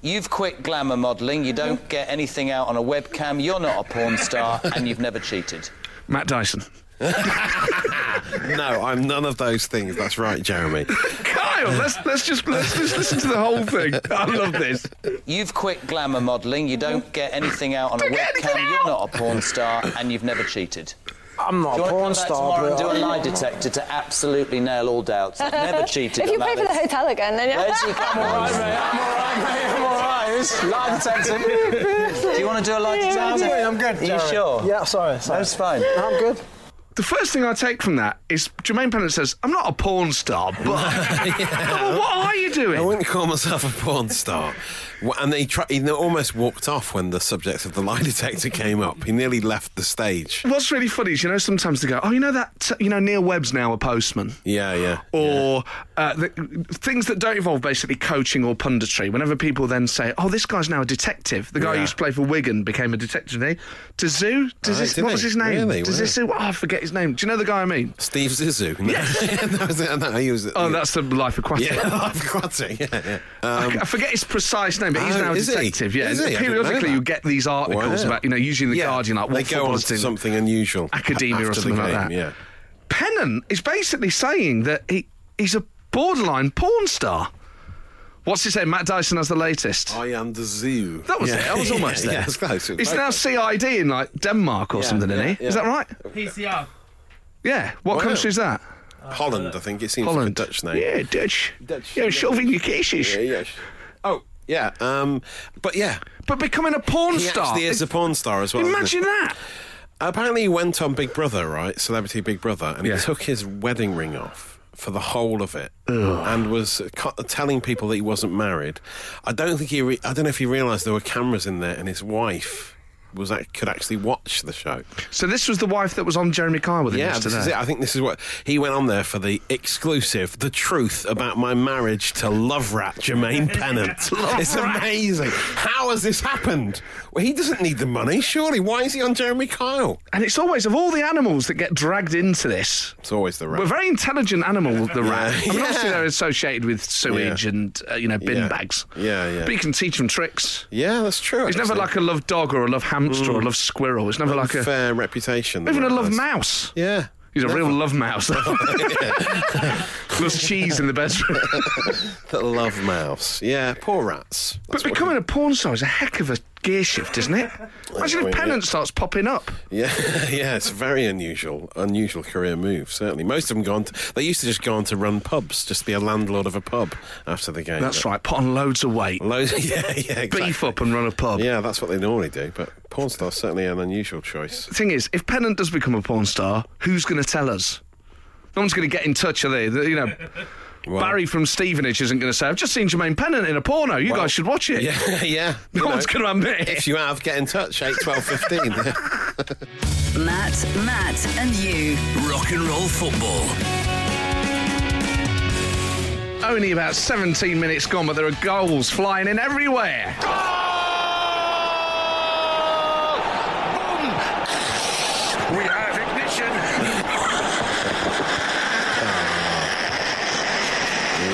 Speaker 5: You've quit glamour modelling, you don't get anything out on a webcam, you're not a porn star, and you've never cheated.
Speaker 1: Matt Dyson.
Speaker 2: no, I'm none of those things. That's right, Jeremy.
Speaker 1: Kyle, let's let's just let's just listen to the whole thing. I love this.
Speaker 5: You've quit glamour modelling, you don't get anything out on a webcam, you're not a porn star, and you've never cheated.
Speaker 6: I'm not
Speaker 5: Do
Speaker 6: a
Speaker 5: you
Speaker 6: porn
Speaker 5: want to come back
Speaker 6: star,
Speaker 5: tomorrow
Speaker 6: but
Speaker 5: and do a lie detector to absolutely nail all doubts? I've never cheated.
Speaker 7: If you
Speaker 5: I'm
Speaker 7: pay for the
Speaker 5: like this.
Speaker 7: hotel again, then yeah.
Speaker 5: Let's- I'm all right, mate.
Speaker 6: I'm alright, mate. I'm alright. It's lie detector.
Speaker 5: Do you want to do a lie detector?
Speaker 6: I'm good.
Speaker 5: Are you sure?
Speaker 6: Yeah, sorry. sorry.
Speaker 5: That's fine.
Speaker 6: I'm good.
Speaker 1: The first thing I take from that is Jermaine Pennant says, "I'm not a porn star, but Well, what are you
Speaker 2: I
Speaker 1: doing?"
Speaker 2: wouldn't call myself a porn star. Wha- And they, try, he n- almost walked off when the subject of the lie detector came up. He nearly left the stage.
Speaker 1: What's really funny is, you know, sometimes they go, "Oh, you know that, you know, Neil Webb's now a postman."
Speaker 2: Yeah, yeah.
Speaker 1: Or uh, the, things that don't involve basically coaching or punditry. Whenever people then say, "Oh, this guy's now a detective," the guy who
Speaker 2: Yeah.
Speaker 1: used to play for Wigan became a detective. Didn't he? Dazoo, does
Speaker 2: Right,
Speaker 1: this,
Speaker 2: did
Speaker 1: what
Speaker 2: he?
Speaker 1: was his name?
Speaker 2: Really?
Speaker 1: Does this? Oh, I forget his name. Do you know the guy I mean?
Speaker 2: Steve Zissou. that was it. No, he was.
Speaker 1: Oh, that's the Life Aquatic.
Speaker 2: Yeah, I've got it. Yeah, Um, yeah.
Speaker 1: I forget his precise name, but he's
Speaker 2: Oh,
Speaker 1: now a
Speaker 2: is he?
Speaker 1: detective. Yeah,
Speaker 2: Is he? I didn't know
Speaker 1: periodically
Speaker 2: that.
Speaker 1: you get these articles
Speaker 2: Wow.
Speaker 1: about you know usually the Guardian like what
Speaker 2: they go on
Speaker 1: footballers
Speaker 2: to
Speaker 1: did.
Speaker 2: something unusual,
Speaker 1: academia or
Speaker 2: after the
Speaker 1: something like
Speaker 2: game,
Speaker 1: that.
Speaker 2: Yeah.
Speaker 1: Pennant is basically saying that he he's a borderline porn star. What's he saying? Matt Dyson has the latest.
Speaker 2: I am the zoo.
Speaker 1: that was
Speaker 2: yeah.
Speaker 1: it. I was almost
Speaker 2: yeah,
Speaker 1: there.
Speaker 2: Yeah, it's close.
Speaker 1: It's now CID in like Denmark or something, isn't he?
Speaker 2: yeah,
Speaker 1: Is that
Speaker 2: yeah.
Speaker 1: right?
Speaker 8: PCR.
Speaker 1: Yeah. What
Speaker 2: Wow.
Speaker 1: country's that?
Speaker 2: Holland, I think. It seems
Speaker 1: Holland.
Speaker 2: like a Dutch name.
Speaker 1: Yeah, Dutch.
Speaker 2: Dutch,
Speaker 1: Yeah,
Speaker 2: yeah.
Speaker 1: shoving your cases.
Speaker 2: Yeah, yeah. Oh, yeah. Um, but yeah,
Speaker 1: But becoming a porn
Speaker 2: he
Speaker 1: star.
Speaker 2: actually is a porn star as well. isn't he?
Speaker 1: Imagine that.
Speaker 2: Apparently, he went on Big Brother, right? Celebrity Big Brother, and
Speaker 1: Yeah.
Speaker 2: he took his wedding ring off for the whole of it, and was co- telling people that he wasn't married. I don't think he. Re- I don't know if he realised there were cameras in there, and his wife was act- could actually watch the show.
Speaker 1: So this was the wife that was on Jeremy Kyle with him
Speaker 2: Yeah,
Speaker 1: yesterday.
Speaker 2: this is it. I think this is what he went on there for the exclusive, the truth about my marriage to love rat Jermaine Pennant. it's amazing. How has this happened? Well, he doesn't need the money, surely. Why is he on Jeremy Kyle?
Speaker 1: And it's always of all the animals that get dragged into this.
Speaker 2: It's always the rat.
Speaker 1: We're a very intelligent animal, the rat. I mean,
Speaker 2: Yeah.
Speaker 1: obviously they're associated with sewage
Speaker 2: Yeah.
Speaker 1: and uh, you know bin
Speaker 2: Yeah.
Speaker 1: bags.
Speaker 2: Yeah, yeah.
Speaker 1: But you can teach them tricks.
Speaker 2: yeah, that's true.
Speaker 1: It's never
Speaker 2: actually.
Speaker 1: like a love dog or a love hamster or a love squirrel. It's never like a
Speaker 2: fair reputation. the
Speaker 1: even a
Speaker 2: rat
Speaker 1: love
Speaker 2: has.
Speaker 1: mouse.
Speaker 2: Yeah.
Speaker 1: He's a real love mouse. Loves cheese in the bedroom.
Speaker 2: The love mouse. Yeah, poor rats.
Speaker 1: but becoming a porn star is a heck of a gear shift, isn't it? Imagine
Speaker 2: mean,
Speaker 1: if
Speaker 2: yeah.
Speaker 1: Pennant starts popping up.
Speaker 2: Yeah, yeah, it's a very unusual, unusual career move. Certainly, most of them gone. To, they used to just go on to run pubs, just be a landlord of a pub after the game.
Speaker 1: That's right, put on loads of weight,
Speaker 2: Loads, yeah, yeah, exactly.
Speaker 1: beef up and run a pub.
Speaker 2: Yeah, that's what they normally do. But porn star's certainly an unusual choice.
Speaker 1: The thing is, if Pennant does become a porn star, who's going to tell us? No one's going to get in touch, are they? The- You know, Barry from Stevenage isn't going to say, "I've just seen Jermaine Pennant in a porno. You guys should watch it."
Speaker 2: Yeah, yeah. you
Speaker 1: No
Speaker 2: know.
Speaker 1: one's going to admit it.
Speaker 2: If you have, get in touch. Eight, twelve, fifteen.
Speaker 3: Matt, Matt, and you.
Speaker 4: Rock and Roll Football.
Speaker 1: Only about 17 minutes gone, but there are goals flying in everywhere.
Speaker 7: We have ignition.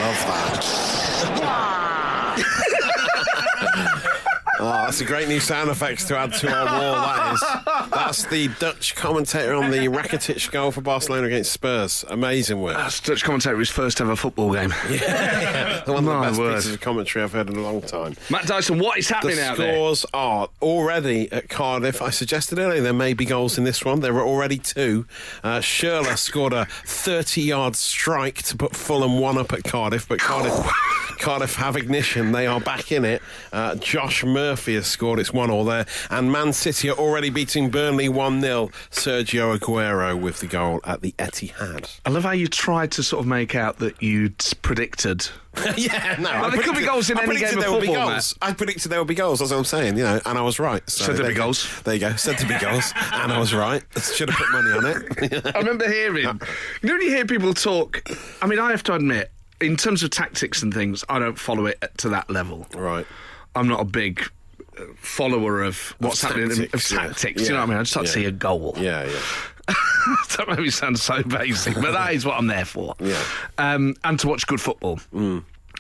Speaker 2: Love that. Ah. Oh, that's a great new sound effects to add to our wall. That is. That's the Dutch commentator on the Rakitic goal for Barcelona against Spurs. Amazing work.
Speaker 1: That's Dutch commentator his first ever football game.
Speaker 2: One of the
Speaker 1: My
Speaker 2: best
Speaker 1: word.
Speaker 2: pieces of commentary I've heard in a long time.
Speaker 1: Matt Dyson, what is
Speaker 2: The
Speaker 1: happening out there?
Speaker 2: scores are already at Cardiff. I suggested earlier there may be goals in this one. There were already two. Uh, Schürrle scored a 30-yard strike to put Fulham one up at Cardiff, but Cardiff. Cardiff have ignition. They are back in it. Uh, Josh Murphy has scored. It's one all there. And Man City are already beating Burnley 1 0. Sergio Aguero with the goal at the Etihad.
Speaker 1: I love how you tried to sort of make out that you'd predicted.
Speaker 2: yeah, no.
Speaker 1: Well, there could be goals in
Speaker 2: I
Speaker 1: any game
Speaker 2: predicted
Speaker 1: of
Speaker 2: there would be
Speaker 1: football,
Speaker 2: goals. I predicted there would be goals. That's what I'm saying, you know, and I was right. So
Speaker 1: Said there'd be
Speaker 2: there-
Speaker 1: goals.
Speaker 2: There you go. Said to be goals, and I was right. Should have put money on it.
Speaker 1: I remember hearing.
Speaker 2: Uh,
Speaker 1: You know when you hear people talk. I mean, I have to admit, in terms of tactics and things, I don't follow it to that level.
Speaker 2: right.
Speaker 1: I'm not a big uh, follower of what's happening in-
Speaker 2: tactics,
Speaker 1: of
Speaker 2: yeah.
Speaker 1: tactics. You
Speaker 2: Yeah.
Speaker 1: know what I mean? I just like to
Speaker 2: Yeah.
Speaker 1: see a goal.
Speaker 2: Yeah, yeah.
Speaker 1: that maybe sounds so basic, but that is what I'm there for.
Speaker 2: Yeah. Mm.
Speaker 1: Um, and to watch good football.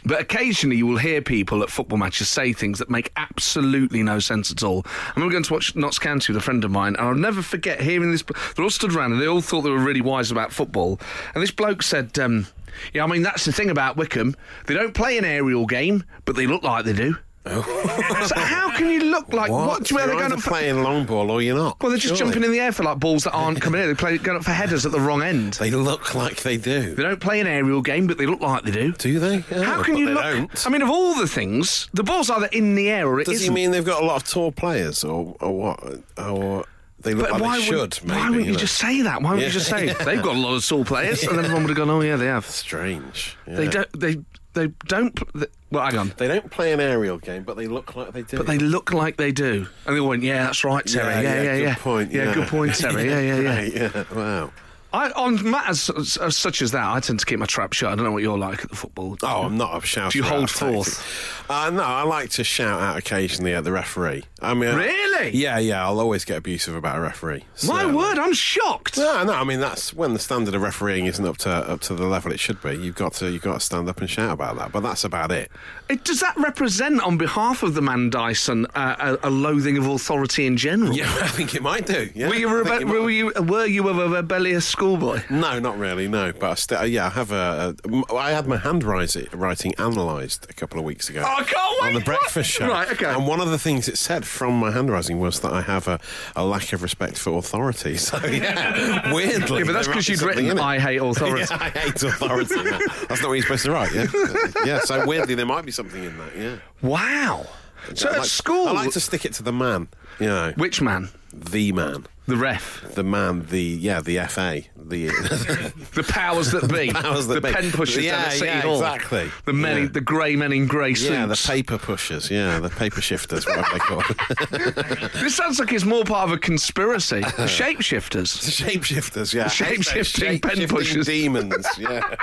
Speaker 1: But occasionally you will hear people at football matches say things that make absolutely no sense at all. I remember going to watch Notts County with a friend of mine, and I'll never forget hearing this. bl- They all stood around and they all thought they were really wise about football. And this bloke said, um, Yeah, I mean, that's the thing about Wickham. They don't play an aerial game, but they look like they do. so how can you look like what? do you
Speaker 2: You're
Speaker 1: mean they're
Speaker 2: Oh. either
Speaker 1: going up for-
Speaker 2: playing long ball or you're not.
Speaker 1: well, they're just
Speaker 2: surely.
Speaker 1: jumping in the air for like balls that aren't coming in. They play going up for headers at the wrong end.
Speaker 2: They look like they do.
Speaker 1: They don't play an aerial game, but they look like they do.
Speaker 2: Do they? Yeah,
Speaker 1: How can
Speaker 2: but
Speaker 1: you
Speaker 2: they
Speaker 1: look?
Speaker 2: Don't.
Speaker 1: I mean, of all the things, the ball's either in the air or it
Speaker 2: Does
Speaker 1: isn't.
Speaker 2: he mean they've got a lot of tall players, or or what? Or they look
Speaker 1: but
Speaker 2: like
Speaker 1: why,
Speaker 2: they
Speaker 1: would,
Speaker 2: should? Maybe.
Speaker 1: why wouldn't you
Speaker 2: know.
Speaker 1: just say that? Why wouldn't you
Speaker 2: Yeah.
Speaker 1: just say they've got a lot of tall players? And then everyone would have gone, "Oh yeah, they have."
Speaker 2: Strange.
Speaker 1: They
Speaker 2: yeah.
Speaker 1: don't. They they don't. pl- th- Well, hang on.
Speaker 2: They don't play an aerial game, but they look like they do.
Speaker 1: But they look like they do. And they all went, "Yeah, that's right, Terry. Yeah, yeah, yeah."
Speaker 2: Good point. Yeah,
Speaker 1: good point, Terry. Yeah, yeah, yeah.
Speaker 2: Right, yeah. Wow.
Speaker 1: I, on matters s- s- such as that, I tend to keep my trap shut. I don't know what you're like at the football.
Speaker 2: Oh, I'm not a shout.
Speaker 1: Do you hold
Speaker 2: forth? Uh, no, I like to shout out occasionally at the referee. I mean, I-
Speaker 1: Really?
Speaker 2: yeah, yeah. I'll always get abusive about a referee.
Speaker 1: My
Speaker 2: certainly.
Speaker 1: word, I'm shocked.
Speaker 2: No, no. I mean, that's when the standard of refereeing isn't up to up to the level it should be. You've got to you've got to stand up and shout about that. But that's about it.
Speaker 1: It, does that represent, on behalf of the man Dyson, uh, a, a loathing of authority in general?
Speaker 2: Yeah, I think it might do. Yeah.
Speaker 1: Were you,
Speaker 2: I think
Speaker 1: rebe-
Speaker 2: it might.
Speaker 1: were you were you a rebellious schoolboy?
Speaker 2: No, not really. No, but I still, yeah, I have a. a m- I had my handwriting writing analysed a couple of weeks ago.
Speaker 1: Oh, I can't
Speaker 2: On
Speaker 1: wait.
Speaker 2: the breakfast show,
Speaker 1: Right, okay.
Speaker 2: And one of the things it said from my handwriting was that I have a, a lack of respect for authority. So yeah, weirdly.
Speaker 1: Yeah, but that's
Speaker 2: there
Speaker 1: because
Speaker 2: might be
Speaker 1: you'd
Speaker 2: something in
Speaker 1: written,
Speaker 2: it.
Speaker 1: "I hate authority."
Speaker 2: Yeah, I hate authority. yeah. That's not what you're supposed to write. Yeah, yeah. So weirdly, there might be something in that. Yeah.
Speaker 1: Wow. So
Speaker 2: I
Speaker 1: at
Speaker 2: like-
Speaker 1: school,
Speaker 2: I like to stick it to the man. You know,
Speaker 1: which man?
Speaker 2: the man,
Speaker 1: The ref,
Speaker 2: the man, the yeah, the FA, the.
Speaker 1: the powers that be,
Speaker 2: powers that
Speaker 1: the
Speaker 2: be.
Speaker 1: pen pushers down
Speaker 2: Yeah,
Speaker 1: at City
Speaker 2: yeah,
Speaker 1: Hall,
Speaker 2: exactly.
Speaker 1: The men, in-
Speaker 2: Yeah.
Speaker 1: the grey men in grey suits.
Speaker 2: Yeah, the paper pushers. Yeah, the paper shifters, whatever they call it.
Speaker 1: this sounds like it's more part of a conspiracy. the shapeshifters.
Speaker 2: Shapeshifters, yeah.
Speaker 1: Shapeshifting pen
Speaker 2: Shapeshifting
Speaker 1: pushers.
Speaker 2: demons, yeah. that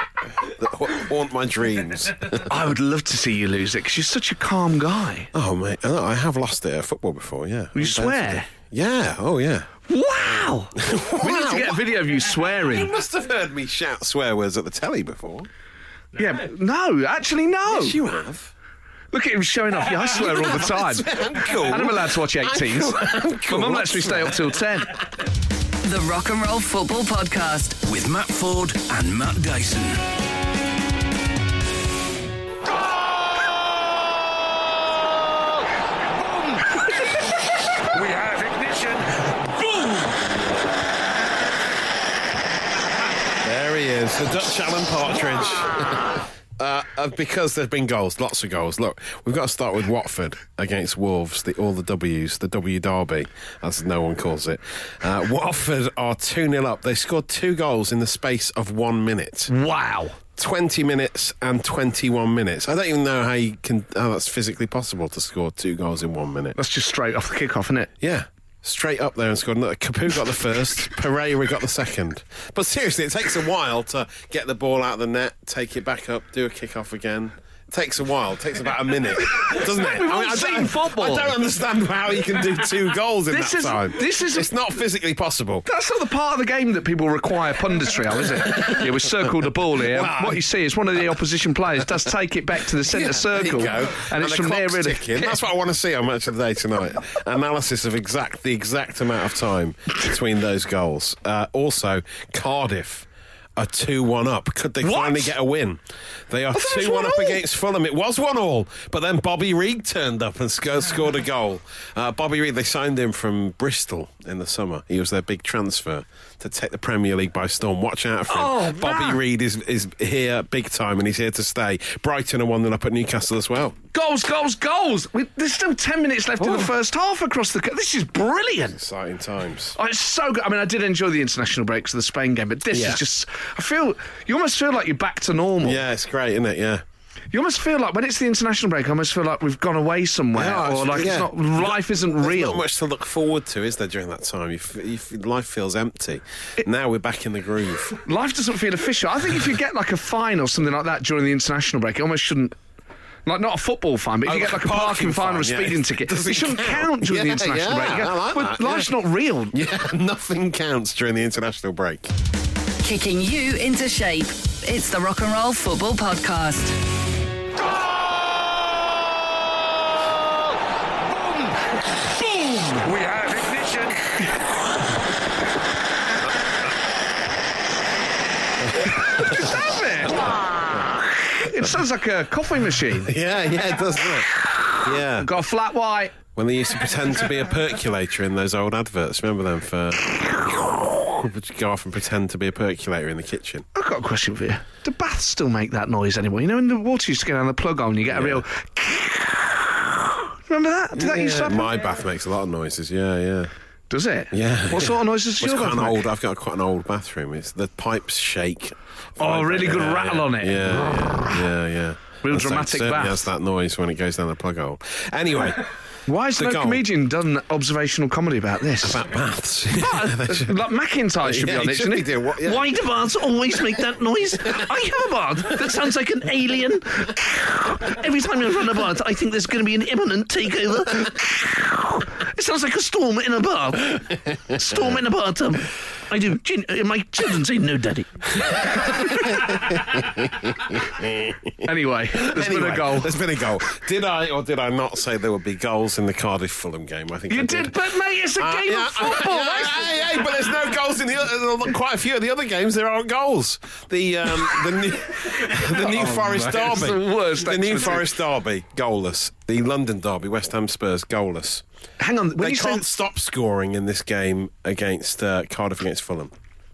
Speaker 2: ha- haunt my dreams.
Speaker 1: I would love to see you lose it because you're such a calm guy.
Speaker 2: Oh, mate. Oh, I have lost it at football before, yeah.
Speaker 1: You swear.
Speaker 2: Yeah, oh, yeah.
Speaker 1: Wow! we need to get a video of you swearing.
Speaker 2: Must have heard me shout swear words at the telly before.
Speaker 1: Yeah, no, actually, no.
Speaker 2: Yes, you have.
Speaker 1: Look at him showing off. Yeah, I swear all the time.
Speaker 2: I'm cool.
Speaker 1: And I'm allowed to watch 18s.
Speaker 2: I'm cool. I'm cool.
Speaker 1: My mum lets me stay up till 10.
Speaker 3: The Rock and Roll Football Podcast.
Speaker 4: With Matt Ford and Matt Dyson.
Speaker 2: is the Dutch Alan Partridge. Uh, uh, because there've been goals, lots of goals. Look, we've got to start with Watford against Wolves, the all the W's, the W Derby, as no one calls it. Uh, Watford are two 0 up. They scored two goals in the space of one minute.
Speaker 1: Mm. Wow.
Speaker 2: 20 minutes and 21 minutes. I don't even know how you can how that's physically possible to score two goals in one minute.
Speaker 1: That's just straight off the kickoff, isn't it?
Speaker 2: Yeah. Straight up there and scored another. Capu got the first, Pereira got the second. But seriously, it takes a while to get the ball out of the net, take it back up, do a kick off again. It takes a while, it takes about a minute, doesn't it?
Speaker 1: We've all
Speaker 2: I
Speaker 1: seen
Speaker 2: don't-
Speaker 1: football.
Speaker 2: I don't understand how you can do two goals in
Speaker 1: This
Speaker 2: that
Speaker 1: is-
Speaker 2: time.
Speaker 1: this is-
Speaker 2: It's not physically possible.
Speaker 1: That's not the part of the game that people require punditry on, is it? yeah, we circled the ball here.
Speaker 2: Wow.
Speaker 1: What you see is one of the opposition players does take it back to the centre
Speaker 2: Yeah,
Speaker 1: circle,
Speaker 2: There you go.
Speaker 1: and it's
Speaker 2: the
Speaker 1: from there
Speaker 2: clock's
Speaker 1: really.
Speaker 2: ticking. That's what I want to see on Match of the Day tonight. Analysis of exact the exact amount of time between those goals. Uh, also, Cardiff. A 2 1 up. Could they
Speaker 1: What?
Speaker 2: finally get a win? They are 2 1 up
Speaker 1: one all.
Speaker 2: against Fulham. It was 1 all, but then Bobby Reid turned up and sc- scored a goal. Uh, Bobby Reid, they signed him from Bristol in the summer. He was their big transfer to take the Premier League by storm. Watch out for him.
Speaker 1: Oh,
Speaker 2: Bobby
Speaker 1: man.
Speaker 2: Reid is, is here big time and he's here to stay. Brighton are 1 0 up at Newcastle as well.
Speaker 1: Goals, goals, goals! We, there's still ten minutes left in the first half across the. co- This is brilliant.
Speaker 2: Exciting times.
Speaker 1: Oh, it's so good. I mean, I did enjoy the international breaks of the Spain game, but this
Speaker 2: Yeah.
Speaker 1: is just. I feel you almost feel like you're back to normal.
Speaker 2: Yeah, it's great, isn't it? Yeah.
Speaker 1: You almost feel like when it's the international break, I almost feel like we've gone away somewhere,
Speaker 2: Yeah,
Speaker 1: or
Speaker 2: it's-
Speaker 1: like
Speaker 2: yeah.
Speaker 1: it's not life isn't
Speaker 2: There's
Speaker 1: real.
Speaker 2: not much to look forward to, is there, during that time? You f- you f- life feels empty. now we're back in the groove.
Speaker 1: life doesn't feel official. I think if you get like a fine or something like that during the international break, it almost shouldn't. Like not a football fine, but if
Speaker 2: Oh,
Speaker 1: you get like
Speaker 2: like a
Speaker 1: a parking,
Speaker 2: parking
Speaker 1: fine or a
Speaker 2: fine, yeah.
Speaker 1: speeding ticket,
Speaker 2: Doesn't
Speaker 1: it shouldn't
Speaker 2: count.
Speaker 1: count during
Speaker 2: Yeah,
Speaker 1: the international
Speaker 2: yeah,
Speaker 1: break. You go,
Speaker 2: I like
Speaker 1: "Well,
Speaker 2: that,
Speaker 1: life's
Speaker 2: yeah."
Speaker 1: not real.
Speaker 2: Yeah, nothing counts during the international break.
Speaker 3: Kicking you into shape. It's the Rock and Roll Football Podcast.
Speaker 7: We have ignition.
Speaker 1: It sounds like a coffee machine.
Speaker 2: Yeah, yeah, it does look. Yeah.
Speaker 1: Got a flat white.
Speaker 2: When they used to pretend to be a percolator in those old adverts, remember them for. Would go off and pretend to be a percolator in the kitchen.
Speaker 1: I've got a question for you. Do baths still make that noise anymore? You know, when the water used to go down the plug hole and you get a real. Remember that? Did that used to happen?
Speaker 2: My bath makes a lot of noises. Yeah, yeah.
Speaker 1: Does it?
Speaker 2: Yeah.
Speaker 1: What sort of noises
Speaker 2: Well,
Speaker 1: does
Speaker 2: it's
Speaker 1: your
Speaker 2: quite
Speaker 1: bath
Speaker 2: an
Speaker 1: make?
Speaker 2: old. I've got quite an old bathroom. It's the pipes shake.
Speaker 1: Oh, a really good
Speaker 2: Yeah,
Speaker 1: rattle
Speaker 2: yeah.
Speaker 1: on it.
Speaker 2: Yeah, yeah, yeah. yeah.
Speaker 1: Real
Speaker 2: That's
Speaker 1: dramatic
Speaker 2: That, certainly
Speaker 1: bath.
Speaker 2: has that noise when it goes down the plug hole. Anyway,
Speaker 1: Why has
Speaker 2: The
Speaker 1: no
Speaker 2: goal.
Speaker 1: comedian done observational comedy about this?
Speaker 2: about baths.
Speaker 1: like McIntyre should
Speaker 2: Yeah,
Speaker 1: be on
Speaker 2: he
Speaker 1: it,
Speaker 2: should
Speaker 1: shouldn't
Speaker 2: be
Speaker 1: he?
Speaker 2: doing what- yeah.
Speaker 1: Why do bards always make that noise? I have a bard that sounds like an alien. Every time I run a bard, I think there's going to be an imminent takeover. It sounds like a storm in a bar. Storm in a bathtub. I do. Gin- uh, My children say no, daddy. anyway, there's
Speaker 2: Anyway, There's been a goal. Did I or did I not say there would be goals in the Cardiff Fulham game? I think I
Speaker 1: You did, but mate, it's a
Speaker 2: Uh,
Speaker 1: game
Speaker 2: yeah,
Speaker 1: of football.
Speaker 2: yeah,
Speaker 1: that's-
Speaker 2: hey, hey, but there's no goals in the other, quite a few of the other games. There aren't goals. The um, the new the new Forest
Speaker 1: Oh, mate, it's
Speaker 2: derby,
Speaker 1: the worst
Speaker 2: the new
Speaker 1: exercise.
Speaker 2: Forest derby, goalless. The London derby, West Ham Spurs, goalless.
Speaker 1: Hang on. When
Speaker 2: they
Speaker 1: you say-
Speaker 2: can't stop scoring in this game against uh, Cardiff against Fulham.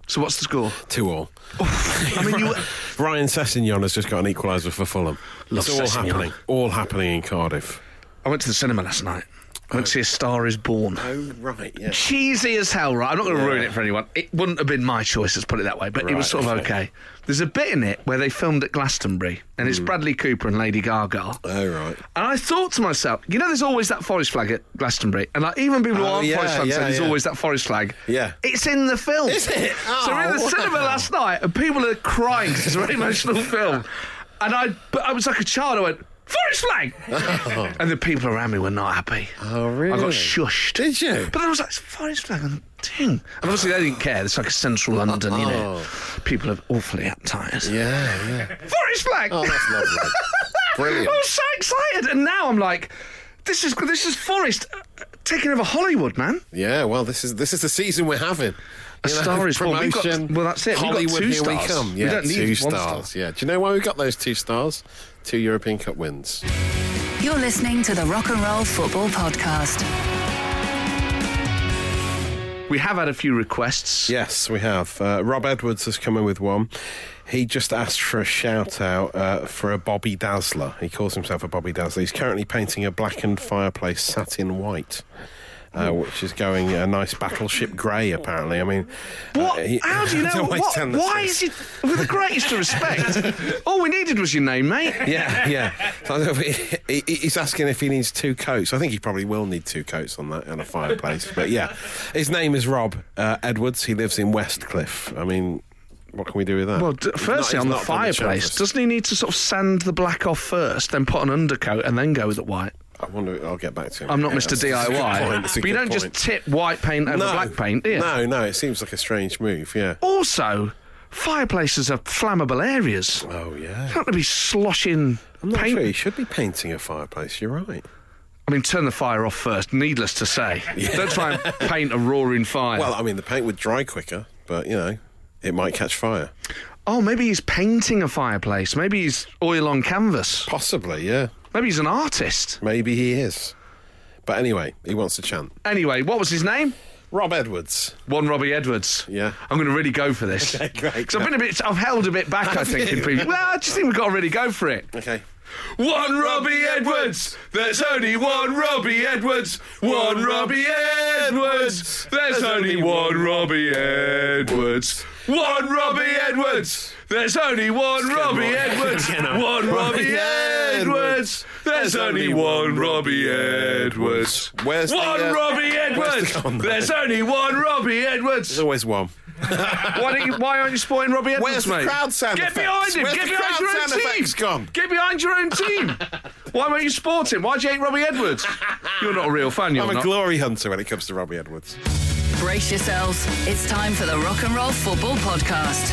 Speaker 1: so what's the score?
Speaker 2: Two all.
Speaker 1: I mean, you.
Speaker 2: Ryan Sessegnon has just got an equaliser for Fulham.
Speaker 1: Love
Speaker 2: it's all
Speaker 1: Sessegnon.
Speaker 2: happening. All happening in Cardiff.
Speaker 1: I went to the cinema last night. I went to see A Star Is Born.
Speaker 2: Oh right, yeah.
Speaker 1: Cheesy as hell, right? I'm not going to ruin it for anyone. It wouldn't have been my choice, let's put it that way, but it was
Speaker 2: Right,
Speaker 1: sort of
Speaker 2: okay.
Speaker 1: okay. There's a bit in it where they filmed at Glastonbury, and
Speaker 2: Hmm.
Speaker 1: it's Bradley Cooper and Lady Gaga.
Speaker 2: Oh right.
Speaker 1: And I thought to myself, you know, there's always that forest flag at Glastonbury, and like even people who
Speaker 2: Oh,
Speaker 1: aren't
Speaker 2: yeah,
Speaker 1: forest fans
Speaker 2: yeah,
Speaker 1: say there's
Speaker 2: yeah.
Speaker 1: always that forest flag.
Speaker 2: Yeah.
Speaker 1: it's in the film.
Speaker 2: Is it?
Speaker 1: so we're in the
Speaker 2: Oh,
Speaker 1: cinema
Speaker 2: wow.
Speaker 1: last night, and people are crying 'cause it's a very emotional film. And I, but I was like a child. I went forest flag, and the people around me were not happy.
Speaker 2: Oh,
Speaker 1: I
Speaker 2: really?
Speaker 1: got shushed.
Speaker 2: Did you?
Speaker 1: But then I was like, it's forest flag on the thing. And obviously they didn't care. It's like a central London, you know. People are awfully uptight.
Speaker 2: Oh. Yeah, yeah.
Speaker 1: Forest flag.
Speaker 2: Oh, that's lovely. Brilliant.
Speaker 1: I was so excited, and now I'm like, this is this is Forest uh, taking over Hollywood, man.
Speaker 2: Yeah, well, this is this is the season we're having.
Speaker 1: A star is born. We've got- well, that's it. We've got
Speaker 2: Hollywood,
Speaker 1: two
Speaker 2: here we
Speaker 1: stars.
Speaker 2: come.
Speaker 1: We
Speaker 2: Yeah,
Speaker 1: don't need
Speaker 2: two
Speaker 1: one star.
Speaker 2: stars. Yeah. Do you know why we've got those two stars? Two European Cup wins.
Speaker 3: You're listening to the Rock and Roll Football Podcast.
Speaker 1: We have had a few requests.
Speaker 2: Yes, we have. Uh, Rob Edwards has come in with one. He just asked for a shout out uh, for a Bobby Dazzler. He calls himself a Bobby Dazzler. He's currently painting a blackened fireplace satin white. Uh, which is going a nice battleship grey, apparently. I mean, uh,
Speaker 1: What?
Speaker 2: he-
Speaker 1: How do you
Speaker 2: I
Speaker 1: know?
Speaker 2: don't
Speaker 1: What,
Speaker 2: understand this
Speaker 1: why
Speaker 2: thing.
Speaker 1: is it? With the greatest of respect, all we needed was your name, mate.
Speaker 2: Yeah, yeah. So I don't know if he, he- he's asking if he needs two coats. I think he probably will need two coats on that on a fireplace. but yeah, his name is Rob uh, Edwards. He lives in Westcliff. I mean, what can we do with that?
Speaker 1: Well, d-
Speaker 2: He's
Speaker 1: firstly,
Speaker 2: not-
Speaker 1: on
Speaker 2: he's
Speaker 1: the
Speaker 2: not done
Speaker 1: fireplace,
Speaker 2: checklist.
Speaker 1: doesn't he need to sort of sand the black off first, then put an undercoat, and then go with the white?
Speaker 2: I wonder. I'll get back to him.
Speaker 1: I'm not
Speaker 2: Yeah,
Speaker 1: Mr.
Speaker 2: that's- that's a good
Speaker 1: DIY,
Speaker 2: point, that's a
Speaker 1: but you
Speaker 2: good
Speaker 1: don't
Speaker 2: point.
Speaker 1: just tip white paint over
Speaker 2: no,
Speaker 1: black paint, do you?
Speaker 2: No, no. It seems like a strange move. Yeah.
Speaker 1: Also, fireplaces are flammable areas.
Speaker 2: Oh
Speaker 1: You
Speaker 2: yeah.
Speaker 1: don't want to be sloshing
Speaker 2: I'm not
Speaker 1: paint.
Speaker 2: sure. He should be painting a fireplace. You're right.
Speaker 1: I mean, turn the fire off first. Needless to say, don't try and paint a roaring fire.
Speaker 2: Well, I mean, the paint would dry quicker, but you know, it might catch fire.
Speaker 1: oh, maybe he's painting a fireplace. Maybe he's oil on canvas.
Speaker 2: Possibly. Yeah.
Speaker 1: Maybe he's an artist.
Speaker 2: Maybe he is. But anyway, he wants to chant.
Speaker 1: Anyway, what was his name?
Speaker 2: Rob Edwards.
Speaker 1: One Robbie Edwards.
Speaker 2: Yeah.
Speaker 1: I'm going to really go for this.
Speaker 2: great.
Speaker 1: So I've been a bit, I've held a bit back, I think, in people. Well, I just think we've got to really go for it.
Speaker 2: Okay.
Speaker 1: One Robbie Edwards. There's only one Robbie Edwards. One Robbie Edwards. There's only one Robbie Edwards. One Robbie Edwards. There's only one Robbie Edwards. One Robbie Edwards. There's only one Robbie Edwards.
Speaker 2: Where's the,
Speaker 1: one
Speaker 2: uh,
Speaker 1: Robbie
Speaker 2: where's
Speaker 1: Edwards?
Speaker 2: the gone, though?
Speaker 1: There's only one Robbie Edwards.
Speaker 2: There's always one.
Speaker 1: Why, don't you, why aren't you supporting Robbie Edwards,
Speaker 2: Where's the
Speaker 1: mate?
Speaker 2: crowd sound
Speaker 1: Get
Speaker 2: effects?
Speaker 1: behind him.
Speaker 2: Where's
Speaker 1: Get
Speaker 2: the
Speaker 1: behind
Speaker 2: crowd
Speaker 1: your own
Speaker 2: sound effects
Speaker 1: team.
Speaker 2: gone?
Speaker 1: Get behind your own team. why weren't you supporting? Why'd you hate Robbie Edwards? You're not a real fan. You're
Speaker 2: I'm a
Speaker 1: not.
Speaker 2: glory hunter when it comes to Robbie Edwards.
Speaker 3: Brace yourselves. It's time for the Rock and Roll Football Podcast.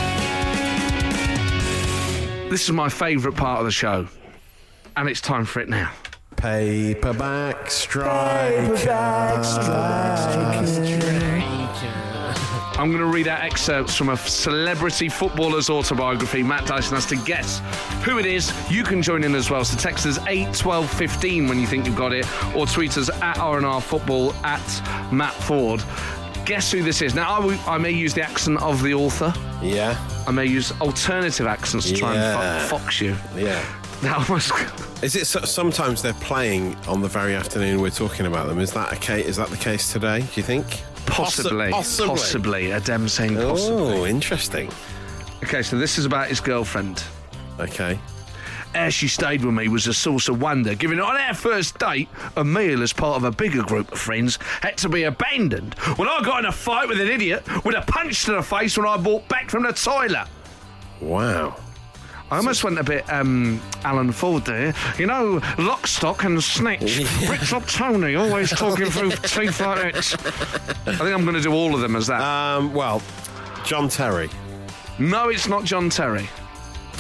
Speaker 1: this is my favourite part of the show, and it's time for it now.
Speaker 2: Paperback strike.
Speaker 1: I'm going to read out excerpts from a celebrity footballer's autobiography. Matt Dyson has to guess who it is. You can join in as well. So text us 8 12 15 when you think you've got it, or tweet us at RNR Football at Matt Ford. Guess who this is? Now, I, will, I may use the accent of the author.
Speaker 2: Yeah.
Speaker 1: I may use alternative accents to try
Speaker 2: Yeah.
Speaker 1: and fo- fox you.
Speaker 2: Yeah.
Speaker 1: That almost.
Speaker 2: Is it so, sometimes they're playing on the very afternoon we're talking about them? Is that a ca- Is that the case today? Do you think?
Speaker 1: Possibly,
Speaker 2: Possi- possibly.
Speaker 1: possibly, a dem saying possibly.
Speaker 2: Oh, interesting.
Speaker 1: Okay, so this is about his girlfriend.
Speaker 2: Okay.
Speaker 1: Air she stayed with me was a source of wonder, given on our first date, a meal as part of a bigger group of friends had to be abandoned when I got in a fight with an idiot with a punch to the face when I walked back from the toilet.
Speaker 2: Wow.
Speaker 1: I almost went a bit um, Alan Ford there. You know, lock, stock and Snatch. Richard Tony always talking through teeth like that. I think I'm going to do all of them as that.
Speaker 2: Um, well, John Terry.
Speaker 1: no, it's not John Terry.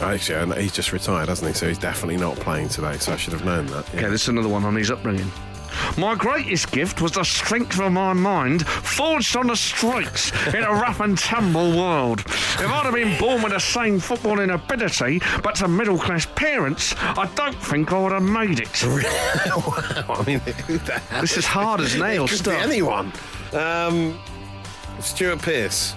Speaker 2: Actually, I know- he's just retired, hasn't he? So he's definitely not playing today. So I should have known that.
Speaker 1: Okay, this is another one on his upbringing. My greatest gift was the strength of my mind, forged on the streets in a rough and tumble world. If I'd have been born with the same footballing ability, but to middle class parents, I don't think I would have made it.
Speaker 2: wow. I mean, who the hell?
Speaker 1: This is hard as nails
Speaker 2: Could be
Speaker 1: stuff.
Speaker 2: anyone. Um, Stuart Pearce.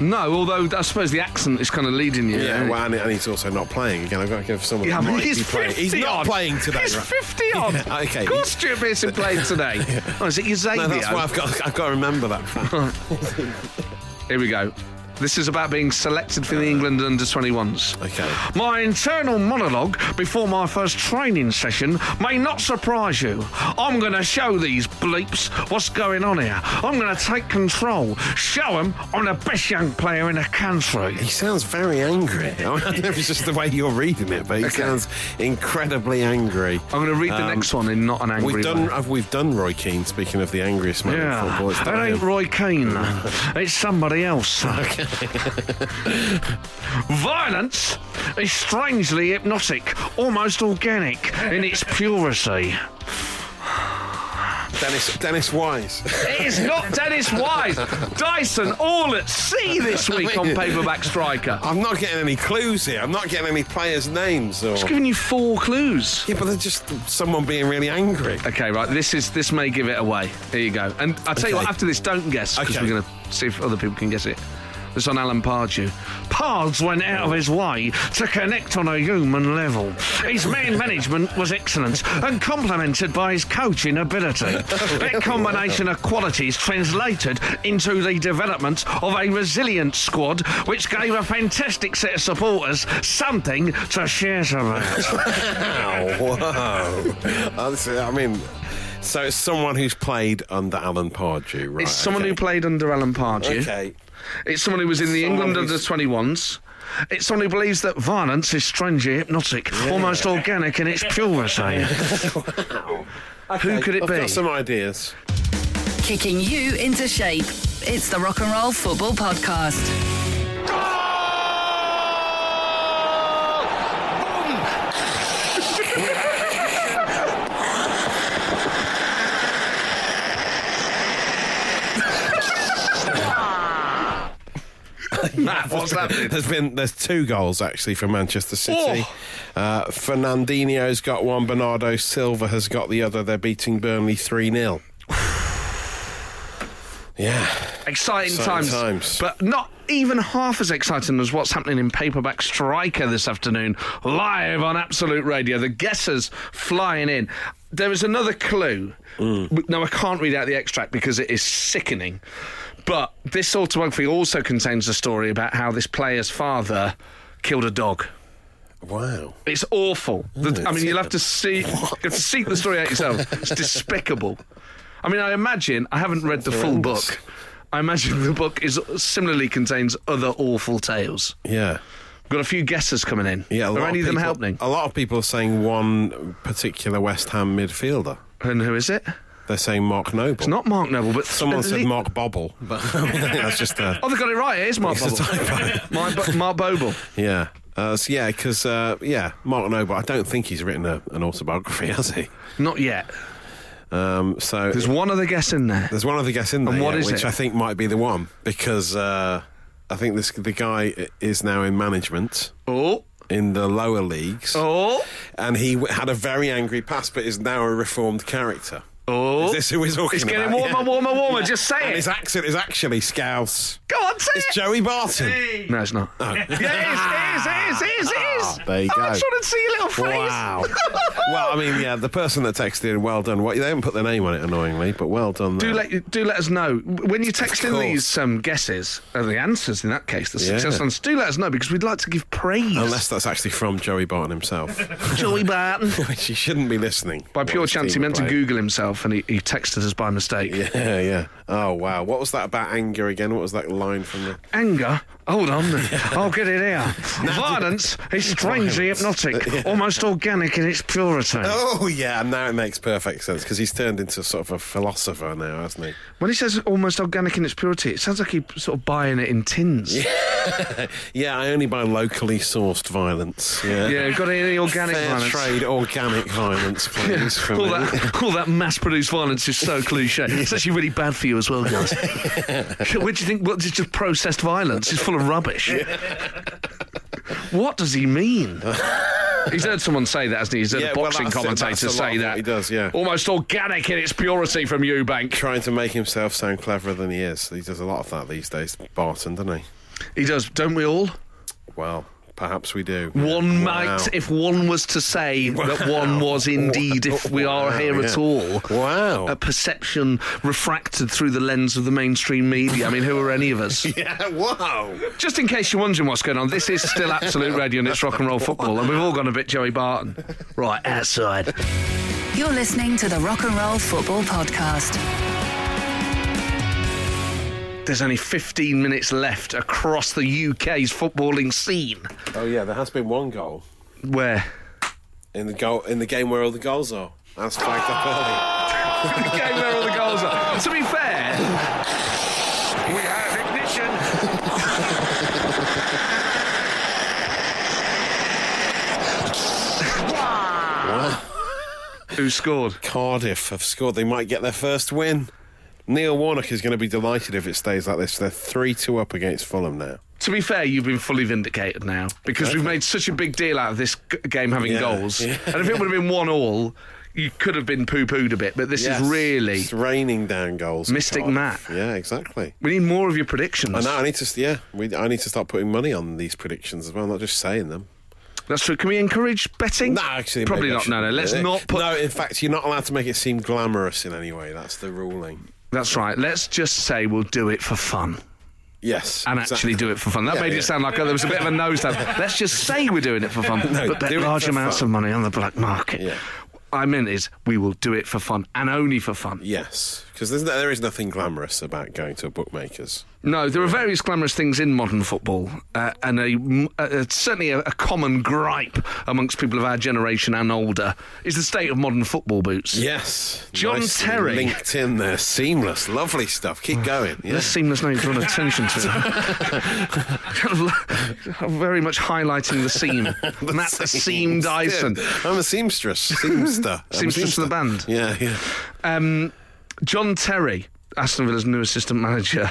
Speaker 1: No, although I suppose the accent is kind of leading you.
Speaker 2: Yeah,
Speaker 1: isn't it?
Speaker 2: well, and, and he's also not playing again. I've got to give someone.
Speaker 1: Yeah,
Speaker 2: Yeah,
Speaker 1: I mean,
Speaker 2: might
Speaker 1: he's
Speaker 2: be playing.
Speaker 1: 50
Speaker 2: He's
Speaker 1: odd.
Speaker 2: not playing today.
Speaker 1: He's
Speaker 2: right?
Speaker 1: 50 odd.
Speaker 2: Yeah, okay.
Speaker 1: Of course, Stuart Pearson played today. oh, is it Eusebio?
Speaker 2: No, that's why I've got. I've got to remember that. fact.
Speaker 1: Here we go. This is about being selected for the England under 21s.
Speaker 2: Uh, Okay.
Speaker 1: My internal monologue before my first training session may not surprise you. I'm going to show these bleeps what's going on here. I'm going to take control. Show them I'm the best young player in the country.
Speaker 2: he sounds very angry. I, mean, I don't know if it's just the way you're reading it, but he sounds incredibly angry.
Speaker 1: I'm going to read the
Speaker 2: Um,
Speaker 1: next one in not an angry
Speaker 2: We've done.
Speaker 1: way.
Speaker 2: I've- We've done Roy Keane. Speaking of the angriest man in
Speaker 1: Yeah,
Speaker 2: football, it's
Speaker 1: that
Speaker 2: not
Speaker 1: ain't
Speaker 2: him.
Speaker 1: Roy Keane. it's somebody else. Violence is strangely hypnotic, almost organic in its purity.
Speaker 2: Dennis, Dennis Wise.
Speaker 1: It is not Dennis Wise. Dyson, all at sea this week on Paperback Striker.
Speaker 2: I'm not getting any clues here. I'm not getting any players' names or.
Speaker 1: It's giving you four clues.
Speaker 2: Yeah, but they're just someone being really angry.
Speaker 1: Okay, right. This is this may give it away. Here you go. And I'll tell you
Speaker 2: Okay.
Speaker 1: what. After this, don't guess because
Speaker 2: Okay.
Speaker 1: we're going to see if other people can guess it. It's on Alan Pardew. Pards went out of his way to connect on a human level. His man management was excellent and complemented by his coaching ability. That combination of qualities translated into the development of a resilient squad, which gave a fantastic set of supporters something to shout about.
Speaker 2: Ow, whoa. That's- I mean, so it's someone who's played under Alan Pardew, right?
Speaker 1: It's someone
Speaker 2: okay.
Speaker 1: who played under Alan Pardew.
Speaker 2: Okay.
Speaker 1: It's someone who was in the
Speaker 2: Someone
Speaker 1: England under
Speaker 2: who's-
Speaker 1: 21s. It's someone who believes that violence is strangely hypnotic, almost organic in its purity. Who could it
Speaker 2: I've
Speaker 1: be?
Speaker 2: got some ideas.
Speaker 3: Kicking you into shape. It's the Rock and Roll Football Podcast.
Speaker 1: Matt, what's happening?
Speaker 2: There's been there's two goals actually for Manchester City.
Speaker 1: Oh.
Speaker 2: Uh, Fernandinho's got one. Bernardo Silva has got the other. They're beating Burnley three 0 Yeah,
Speaker 1: Exciting
Speaker 2: Exciting
Speaker 1: times,
Speaker 2: times.
Speaker 1: But not even half as exciting as what's happening in Paperback Striker this afternoon, live on Absolute Radio. The guessers flying in. There is another clue.
Speaker 2: Mm.
Speaker 1: W- Now, I can't read out the extract because it is sickening. But this autobiography also contains a story about how this player's father killed a dog.
Speaker 2: wow.
Speaker 1: It's awful. The- I mean, you'll have to see, you have to seek the story out yourself. It's despicable. I mean, I imagine I haven't read the full
Speaker 2: horrendous.
Speaker 1: book. I imagine the book is similarly contains other awful tales.
Speaker 2: Yeah,
Speaker 1: We've got a few guesses coming in.
Speaker 2: yeah. a lot
Speaker 1: are any of them
Speaker 2: people-
Speaker 1: helping?
Speaker 2: A lot of people are saying one particular West Ham midfielder.
Speaker 1: And who is it?
Speaker 2: They're saying Mark Noble.
Speaker 1: It's not Mark Noble, but
Speaker 2: Someone said
Speaker 1: the-
Speaker 2: Mark Bobble, but I mean, I think that's just uh, a
Speaker 1: Oh, they got it right. It is Mark
Speaker 2: It's a
Speaker 1: Bobble.
Speaker 2: typo.
Speaker 1: Mark, Bo- Mark Boble.
Speaker 2: yeah. Uh, so yeah, because uh, yeah, Mark Noble. I don't think he's written a, an autobiography, has he?
Speaker 1: Not yet.
Speaker 2: Um, so
Speaker 1: There's one other guess in there.
Speaker 2: There's one other guess in there,
Speaker 1: what
Speaker 2: yeah,
Speaker 1: is
Speaker 2: which
Speaker 1: it?
Speaker 2: I think might be the one because uh, I think this the guy i- is now in management
Speaker 1: Oh,
Speaker 2: in the lower leagues,
Speaker 1: oh,
Speaker 2: and he w- had a very angry past, but is now a reformed character.
Speaker 1: oh.
Speaker 2: Is this who we're talking
Speaker 1: it's getting
Speaker 2: about?
Speaker 1: warmer,
Speaker 2: Yeah.
Speaker 1: warmer, warmer. Just say
Speaker 2: And
Speaker 1: it.
Speaker 2: his accent is actually Scouse.
Speaker 1: Go on, say
Speaker 2: It's
Speaker 1: it.
Speaker 2: Joey Barton.
Speaker 1: No, it's not. Yeah, it is, it is, it is, it is, it is.
Speaker 2: Ah, There you
Speaker 1: oh, I
Speaker 2: go.
Speaker 1: just wanted to see your little face.
Speaker 2: Wow. well, I mean, yeah, the person that texted in, well done. Well, they haven't put their name on it, annoyingly, but well done.
Speaker 1: Do
Speaker 2: there.
Speaker 1: let, do let us know. When you text in
Speaker 2: course.
Speaker 1: these um, guesses, or the answers in that case, the
Speaker 2: Yeah. Oh,
Speaker 1: success ones, do let us know because we'd like to give praise.
Speaker 2: Unless that's actually from Joey Barton himself,
Speaker 1: Joey Barton.
Speaker 2: which he shouldn't be listening.
Speaker 1: By pure
Speaker 2: What his
Speaker 1: chance, he
Speaker 2: team are
Speaker 1: meant to
Speaker 2: playing.
Speaker 1: Google himself and he, he texted us by mistake.
Speaker 2: Yeah, yeah. Oh wow. What was that about anger again? What was that line from the
Speaker 1: Anger? Hold on. I'll get it here. Violence is strangely hypnotic, almost organic in its purity.
Speaker 2: Oh yeah, and now it makes perfect sense because he's turned into sort of a philosopher now, hasn't he?
Speaker 1: When he says almost organic in its purity, it sounds like he's sort of buying it in tins.
Speaker 2: Yeah, I only buy locally sourced violence. Yeah.
Speaker 1: Yeah, got any organic
Speaker 2: Fair
Speaker 1: violence?
Speaker 2: trade organic violence, please. for
Speaker 1: All
Speaker 2: me.
Speaker 1: that, all that mass-produced violence is so cliche. It's actually really bad for you as well, guys. Where do you think? What, it's just processed violence. It's full of rubbish. what does he mean? He's heard someone say that, hasn't he? He's heard
Speaker 2: Yeah,
Speaker 1: a
Speaker 2: well,
Speaker 1: boxing
Speaker 2: that's it.
Speaker 1: commentator
Speaker 2: That's a lot
Speaker 1: say
Speaker 2: of what
Speaker 1: that.
Speaker 2: he does, yeah.
Speaker 1: Almost organic in its purity from Eubank.
Speaker 2: Trying to make himself sound cleverer than he is. He does a lot of that these days, Barton, doesn't he?
Speaker 1: He does, don't we all?
Speaker 2: Well, perhaps we do.
Speaker 1: One
Speaker 2: Wow.
Speaker 1: might, if one was to say that one was indeed, if we are
Speaker 2: Wow,
Speaker 1: here at
Speaker 2: yeah.
Speaker 1: all.
Speaker 2: Wow.
Speaker 1: A perception refracted through the lens of the mainstream media. I mean, who are any of us?
Speaker 2: yeah, wow.
Speaker 1: Just in case you're wondering what's going on, this is still Absolute Radio and it's rock and roll football, and we've all gone a bit Joey Barton. Right, outside.
Speaker 3: You're listening to the Rock and Roll Football Podcast.
Speaker 1: There's only 15 minutes left across the UK's footballing scene.
Speaker 2: Oh yeah, there has been one goal
Speaker 1: Where?
Speaker 2: in the goal in the game where all the goals are. That's flagged up early.
Speaker 1: the game where all the goals are. To be fair,
Speaker 7: We have ignition.
Speaker 1: Who scored?
Speaker 2: Cardiff have scored. They might get their first win. Neil Warnock is going to be delighted if it stays like this. They're 3 2 up against Fulham now.
Speaker 1: To be fair, you've been fully vindicated now because we've made such a big deal out of this g- game having
Speaker 2: Yeah,
Speaker 1: goals.
Speaker 2: yeah.
Speaker 1: And if it would have been one all, you could have been poo pooed a bit. But this
Speaker 2: Yes.
Speaker 1: is really.
Speaker 2: It's raining down goals. at
Speaker 1: Mystic
Speaker 2: Cardiff. Yeah, exactly.
Speaker 1: We need more of your predictions.
Speaker 2: I know. I need to. Yeah, we, I need to start putting money on these predictions as well, not just saying them.
Speaker 1: That's true. Can we encourage betting?
Speaker 2: No, actually,
Speaker 1: Mm. probably
Speaker 2: maybe
Speaker 1: not.
Speaker 2: I
Speaker 1: No, no.
Speaker 2: shouldn't.
Speaker 1: Let's
Speaker 2: Uh,
Speaker 1: not put.
Speaker 2: No, in fact, you're not allowed to make it seem glamorous in any way. That's the ruling.
Speaker 1: That's right. Let's just say we'll do it for fun
Speaker 2: Yes,
Speaker 1: and
Speaker 2: exactly.
Speaker 1: actually do it for fun. That
Speaker 2: Yeah,
Speaker 1: made
Speaker 2: yeah.
Speaker 1: it sound like oh, there was a bit of a nose down. Let's just say we're doing it for fun,
Speaker 2: No,
Speaker 1: but bet
Speaker 2: do it
Speaker 1: large
Speaker 2: for
Speaker 1: amounts
Speaker 2: fun.
Speaker 1: of money on the black market.
Speaker 2: Yeah.
Speaker 1: I meant is we will do it for fun and only for fun.
Speaker 2: Yes, because no, there is nothing glamorous about going to a bookmaker's.
Speaker 1: No, there are various glamorous things in modern football, uh, and a, m- a- a- certainly a, a common gripe amongst people of our generation and older is the state of modern football boots.
Speaker 2: Yes,
Speaker 1: John
Speaker 2: Nicely
Speaker 1: Terry.
Speaker 2: linked in there, seamless, lovely stuff. Keep going. Yeah.
Speaker 1: This seamless name drawn attention to kind of like- very much highlighting the seam. Matt the Seam
Speaker 2: Seamster.
Speaker 1: Dyson.
Speaker 2: I'm a seamstress, seamster, I'm a
Speaker 1: Seamstress of the band.
Speaker 2: Yeah, yeah.
Speaker 1: Um, John Terry, Aston Villa's new assistant manager,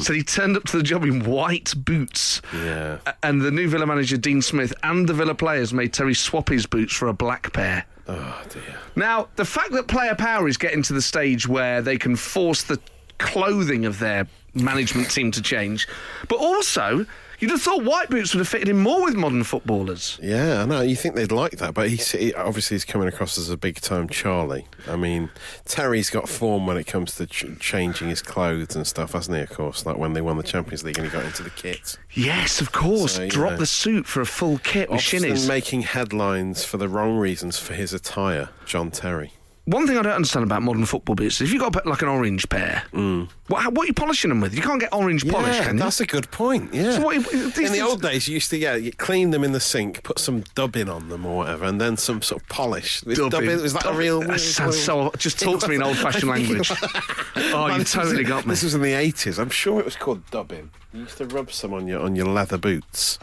Speaker 1: said he turned up to the job in white boots.
Speaker 2: Yeah.
Speaker 1: A- And the new Villa manager, Dean Smith, and the Villa players made Terry swap his boots for a black pair.
Speaker 2: Oh dear.
Speaker 1: Now, the fact that player power is getting to the stage where they can force the clothing of their management team to change, but also, you'd have thought white boots would have fitted in more with modern footballers.
Speaker 2: Yeah, I know. You think they'd like that, but he's he, obviously he's coming across as a big time Charlie. I mean, Terry's got form when it comes to ch- changing his clothes and stuff, hasn't he? Of course, like when they won the Champions League and he got into the kit.
Speaker 1: Yes, of course.
Speaker 2: So, you
Speaker 1: Drop
Speaker 2: know,
Speaker 1: the suit for a full kit with
Speaker 2: Often
Speaker 1: shinnies.
Speaker 2: making headlines for the wrong reasons for his attire, John Terry.
Speaker 1: One thing I don't understand about modern football boots is if you've got a pa- like an orange pair, what, how- what are you polishing them with? You can't get orange polish,
Speaker 2: Mm. yeah,
Speaker 1: can you?
Speaker 2: that's a good point. Yeah.
Speaker 1: So what- these
Speaker 2: in the
Speaker 1: things-
Speaker 2: old days, you used to yeah, you clean them in the sink, put some dubbing on them or whatever, and then some sort of polish. With
Speaker 1: Dubbing.
Speaker 2: is that a
Speaker 1: Dubbing.
Speaker 2: real?
Speaker 1: That sounds so. Just talk to me in old-fashioned language. oh,
Speaker 2: Man,
Speaker 1: you
Speaker 2: this was
Speaker 1: totally
Speaker 2: in-
Speaker 1: got me.
Speaker 2: This was in the eighties. I'm sure it was called dubbing. You used to rub some on your on your leather boots.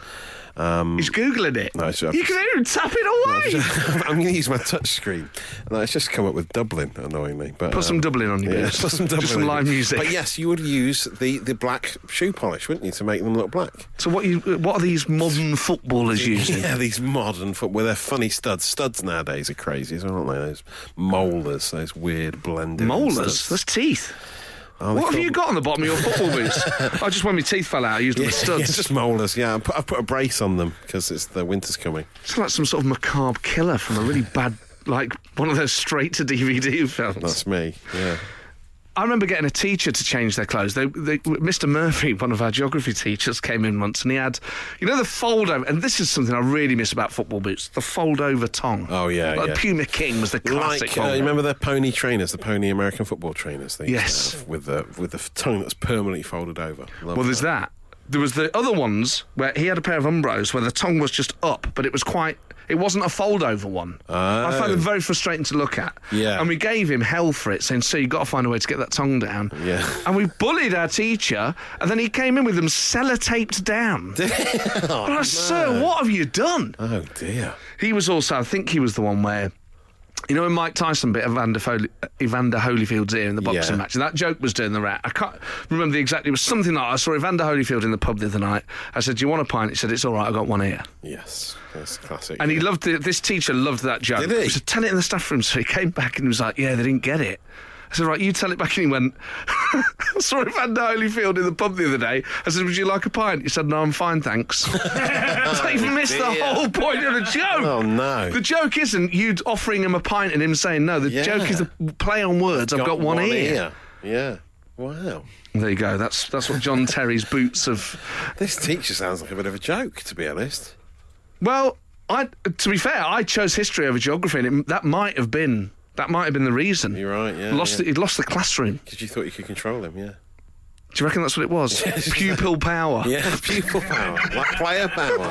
Speaker 2: Um,
Speaker 1: He's googling it.
Speaker 2: No, it's-
Speaker 1: you can hear him tapping away.
Speaker 2: I'm going to use my touch screen. No, it's just come up with Dublin, annoyingly. But um,
Speaker 1: Put some Dublin on your
Speaker 2: yeah,
Speaker 1: boots.
Speaker 2: put some
Speaker 1: Just
Speaker 2: Dublin.
Speaker 1: some
Speaker 2: on your
Speaker 1: live
Speaker 2: boots.
Speaker 1: music.
Speaker 2: But yes, you would use the, the black shoe polish, wouldn't you, to make them look black?
Speaker 1: So what? You, what are these modern footballers using?
Speaker 2: Yeah, these modern football, they're funny studs. Studs nowadays are crazy, as well, aren't they? Those molars, those weird blended
Speaker 1: Molars.
Speaker 2: studs.
Speaker 1: That's teeth.
Speaker 2: Are they
Speaker 1: What have
Speaker 2: called-
Speaker 1: you got on the bottom of your football boots? oh, just when my teeth fell out, I used them
Speaker 2: Yeah,
Speaker 1: as
Speaker 2: yeah,
Speaker 1: studs.
Speaker 2: just molars. Yeah, I put, I put a brace on them because it's the winter's coming.
Speaker 1: It's like some sort of macabre killer from a really bad, like one of those straight to DVD films.
Speaker 2: That's me. Yeah.
Speaker 1: I remember getting a teacher to change their clothes. They, they, Mr. Murphy, one of our geography teachers, came in once and he had, you know, the fold over. And this is something I really miss about football boots: the fold over tongue.
Speaker 2: Oh, yeah,
Speaker 1: like
Speaker 2: yeah.
Speaker 1: Puma King was the classic.
Speaker 2: Like, uh,
Speaker 1: fold.
Speaker 2: you remember the pony trainers, the pony American football trainers? They used to
Speaker 1: Yes.
Speaker 2: have with the with the tongue that's permanently folded over. Love
Speaker 1: Well, there's that. There was the other ones where he had a pair of Umbros where the tongue was just up, but it was quite. It wasn't a fold over one. I found them very frustrating to look at.
Speaker 2: Oh. Yeah.
Speaker 1: And we gave him hell for it, saying, "So you've got to find a way to get that tongue down."
Speaker 2: Yeah.
Speaker 1: And we bullied our teacher, and then he came in with them sellotaped down. and I, sir, what have you done?
Speaker 2: Oh dear.
Speaker 1: He was also, I think he was the one where, you know, in Mike Tyson bit Evander, Foley, Evander Holyfield's ear in the boxing
Speaker 2: Yeah.
Speaker 1: match, and that joke was doing the rat. I can't remember the exact. It was something like I saw Evander Holyfield in the pub the other night. I said, "Do you want a pint?" He said, "It's all right. I got one ear."
Speaker 2: Yes, that's classic.
Speaker 1: And he loved it. This teacher loved that joke.
Speaker 2: Did he?
Speaker 1: I said, "Tell it in the staff room." So he came back and he was like, "Yeah, they didn't get it." I said, "Right, you tell it back." And he went, "I saw Evander Holyfield in the pub the other day." I said, "Would you like a pint?" He said, "No, I'm fine, thanks." so he missed the whole point of the joke.
Speaker 2: Oh no.
Speaker 1: The joke isn't you offering him a pint and him saying no. The
Speaker 2: Yeah.
Speaker 1: joke is the play on words. I've got one, ear.
Speaker 2: Yeah. Wow.
Speaker 1: There you go. That's that's what John Terry's boots have.
Speaker 2: This teacher sounds like a bit of a joke, to be honest.
Speaker 1: Well, I to be fair, I chose history over geography, and it, that might have been that might have been the reason.
Speaker 2: You're right, yeah,
Speaker 1: Lost
Speaker 2: yeah.
Speaker 1: The, he lost the classroom.
Speaker 2: Because you thought you could control him, yeah.
Speaker 1: Do you reckon that's what it was? Pupil power.
Speaker 2: Yeah, pupil power, like player power.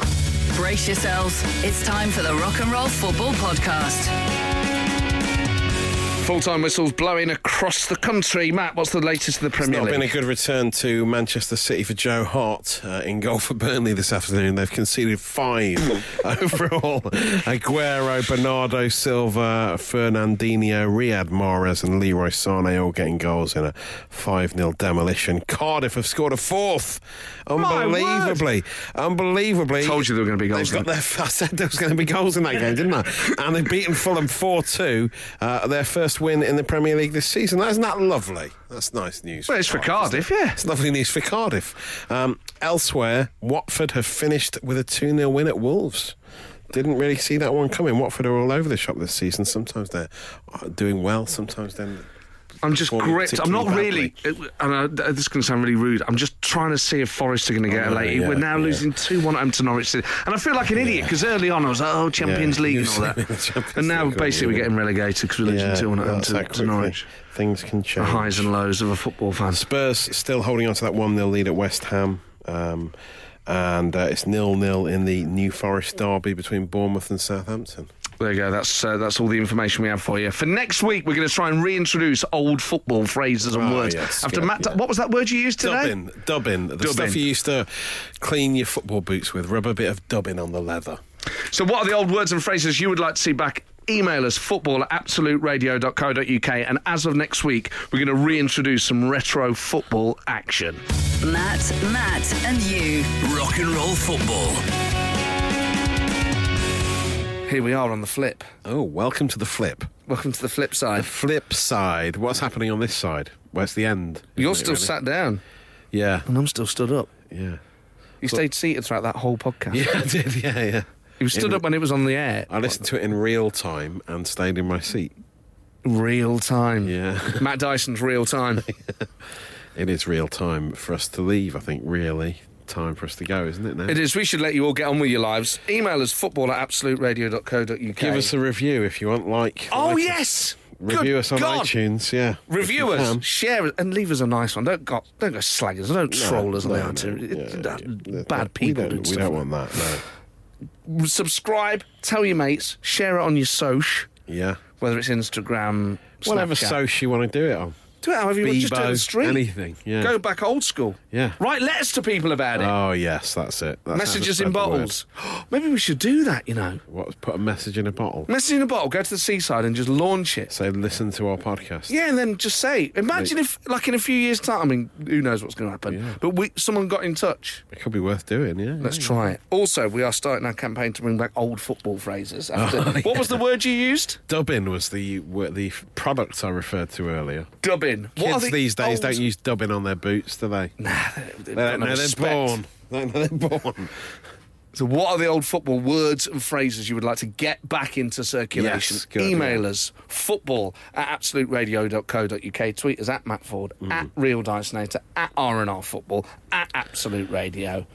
Speaker 3: Brace yourselves. It's time for the Rock and Roll Football Podcast.
Speaker 1: Full time whistles blowing across the country. Matt, what's the latest of the Premier
Speaker 2: Not
Speaker 1: League?
Speaker 2: been a good return to Manchester City for Joe Hart uh, in goal for Burnley this afternoon. They've conceded five overall. Aguero, Bernardo Silva, Fernandinho, Riyad Mahrez, and Leroy Sane all getting goals in a 5 0 demolition. Cardiff have scored a fourth. Unbelievably. Unbelievably.
Speaker 1: Told you there were gonna be goals
Speaker 2: They've got
Speaker 1: in
Speaker 2: their, I said there was going to be goals in that game, didn't I? And they've beaten Fulham 4 2, uh, their first win in the Premier League this season. Isn't that lovely? That's nice news.
Speaker 1: Well, it's for Cardiff,
Speaker 2: isn't it?
Speaker 1: yeah.
Speaker 2: It's lovely news for Cardiff. Um, elsewhere, Watford have finished with a 2 0 win at Wolves. Didn't really see that one coming. Watford are all over the shop this season. Sometimes they're uh, doing well, sometimes they're.
Speaker 1: I'm just
Speaker 2: performing
Speaker 1: gripped. I'm not
Speaker 2: particularly
Speaker 1: really, uh, and I, this is going to sound really rude. I'm just trying to see if Forest are going to get
Speaker 2: I
Speaker 1: a
Speaker 2: know,
Speaker 1: late.
Speaker 2: yeah,
Speaker 1: We're now
Speaker 2: yeah.
Speaker 1: losing 2 1 at home to Norwich City. And I feel like an idiot because early on I was like, oh, Champions
Speaker 2: Yeah,
Speaker 1: League
Speaker 2: you
Speaker 1: and all
Speaker 2: said the
Speaker 1: that.
Speaker 2: Champions
Speaker 1: And now
Speaker 2: League, weren't
Speaker 1: basically
Speaker 2: you?
Speaker 1: we're getting relegated because we're losing 2 1 at home
Speaker 2: that's
Speaker 1: to,
Speaker 2: how
Speaker 1: to
Speaker 2: quickly
Speaker 1: Norwich.
Speaker 2: Things can
Speaker 1: The
Speaker 2: change.
Speaker 1: highs and lows of a football fan.
Speaker 2: Spurs still holding on to that 1 0 lead at West Ham. Um, and uh, it's nil nil in the New Forest derby between Bournemouth and Southampton.
Speaker 1: There you go. That's uh, that's all the information we have for you. For next week, we're going to try and reintroduce old football phrases and
Speaker 2: Oh,
Speaker 1: words.
Speaker 2: yes,
Speaker 1: After
Speaker 2: good,
Speaker 1: Matt,
Speaker 2: yeah.
Speaker 1: what was that word you used today?
Speaker 2: Dubbing, dubbing, the
Speaker 1: Dubbing.
Speaker 2: stuff you used to clean your football boots with. Rub a bit of dubbing on the leather.
Speaker 1: So, what are the old words and phrases you would like to see back? Email us football at absoluteradio.co.uk. And as of next week, we're going to reintroduce some retro football action.
Speaker 3: Matt, Matt, and you.
Speaker 4: Rock and roll football.
Speaker 1: Here we are on the flip.
Speaker 2: Oh, welcome to the flip.
Speaker 1: Welcome to the flip side.
Speaker 2: Flip side. What's happening on this side? Where's the end?
Speaker 1: You're
Speaker 2: Isn't
Speaker 1: still
Speaker 2: it,
Speaker 1: sat down,
Speaker 2: really? Yeah,
Speaker 1: and I'm still stood up.
Speaker 2: yeah.
Speaker 1: You stayed seated throughout that whole podcast.
Speaker 2: Yeah, I did. Yeah, yeah.
Speaker 1: You stood up when it was on the air.
Speaker 2: I listened to it in real time and stayed in my seat.
Speaker 1: Real time.
Speaker 2: Yeah.
Speaker 1: Matt Dyson's real time.
Speaker 2: It is real time for us to leave, I think, really. Time for us to go, isn't it now?
Speaker 1: it is. We should let you all get on with your lives. Email us football at absoluteradio.co.uk.
Speaker 2: Give us a review if you want, like.
Speaker 1: Oh,
Speaker 2: like us.
Speaker 1: yes!
Speaker 2: Review
Speaker 1: Good
Speaker 2: us on
Speaker 1: God.
Speaker 2: iTunes, yeah.
Speaker 1: Review
Speaker 2: If you
Speaker 1: us,
Speaker 2: can.
Speaker 1: share it, and leave us a nice one. Don't go, don't go slaggers, don't troll us on
Speaker 2: No,
Speaker 1: the
Speaker 2: no,
Speaker 1: iTunes.
Speaker 2: yeah,
Speaker 1: It- that-
Speaker 2: yeah.
Speaker 1: Bad
Speaker 2: We
Speaker 1: people
Speaker 2: don't,
Speaker 1: doing
Speaker 2: we
Speaker 1: stuff
Speaker 2: don't
Speaker 1: like
Speaker 2: want that, no.
Speaker 1: that. Subscribe, tell your mates, share it on your social,
Speaker 2: Yeah.
Speaker 1: whether it's Instagram,
Speaker 2: Whatever
Speaker 1: Snapchat.
Speaker 2: social you want to do it on.
Speaker 1: Do it however you want. Just do it on the
Speaker 2: Bebo,
Speaker 1: street.
Speaker 2: anything, yeah.
Speaker 1: Go back old school.
Speaker 2: Yeah.
Speaker 1: Write letters to people about it.
Speaker 2: Oh, yes, that's it. That's
Speaker 1: Messages
Speaker 2: how
Speaker 1: in
Speaker 2: to spread the word.
Speaker 1: bottles. Maybe we should do that, you know.
Speaker 2: What, put a message in a bottle?
Speaker 1: Message in a bottle, go to the seaside and just launch it.
Speaker 2: Say, listen to our podcast.
Speaker 1: Yeah, and then just say. Imagine if, like, in a few years' time. I mean, who knows what's going to happen?
Speaker 2: Yeah.
Speaker 1: But we, someone got in touch.
Speaker 2: It could be worth doing, yeah.
Speaker 1: Let's
Speaker 2: yeah.
Speaker 1: try it. Also, we are starting our campaign to bring back old football phrases. After
Speaker 2: Oh,
Speaker 1: what was the word you used?
Speaker 2: Dubbing was the were the f- product I referred to earlier.
Speaker 1: Dubbing. What are
Speaker 2: Kids
Speaker 1: the
Speaker 2: these days
Speaker 1: old- Ah,
Speaker 2: don't use dubbing on their boots, do they? Nah,
Speaker 1: They don't
Speaker 2: they don't
Speaker 1: have
Speaker 2: know they're
Speaker 1: respect.
Speaker 2: born. They don't know they're born.
Speaker 1: So, what are the old football words and phrases you would like to get back into circulation?
Speaker 2: Yes, good,
Speaker 1: Email
Speaker 2: yeah.
Speaker 1: us football at absoluteradio.co.uk. Tweet us at Matt Ford,
Speaker 2: Hmm.
Speaker 1: at Real Dysonator, at R&R Football, at Absolute Radio.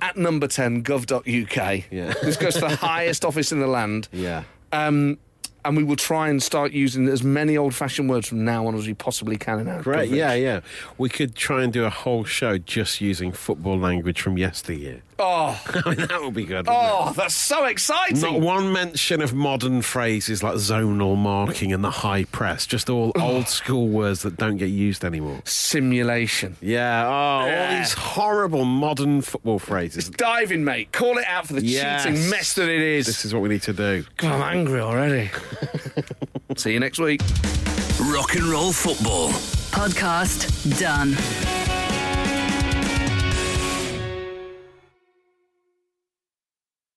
Speaker 1: at number 10 gov.uk.
Speaker 2: Yeah.
Speaker 1: This goes to the highest office in the land.
Speaker 2: Yeah.
Speaker 1: Um, and we will try and start using as many old fashioned words from now on as we possibly can in our
Speaker 2: Right,
Speaker 1: coverage.
Speaker 2: yeah, yeah. We could try and do a whole show just using football language from yesteryear.
Speaker 1: Oh,
Speaker 2: I mean, that would be good. wouldn't
Speaker 1: oh, that's so
Speaker 2: it? Not
Speaker 1: exciting.
Speaker 2: one mention of modern phrases like zonal marking and the high press, just all
Speaker 1: Oh.
Speaker 2: old school words that don't get used anymore.
Speaker 1: Simulation.
Speaker 2: Yeah, oh, all
Speaker 1: Yeah.
Speaker 2: these horrible modern football phrases.
Speaker 1: Diving, mate. Call it out for the
Speaker 2: Yes.
Speaker 1: cheating mess that it is.
Speaker 2: This is what we need to do.
Speaker 1: God, I'm angry already. See you next week.
Speaker 4: Rock and roll football.
Speaker 3: Podcast done.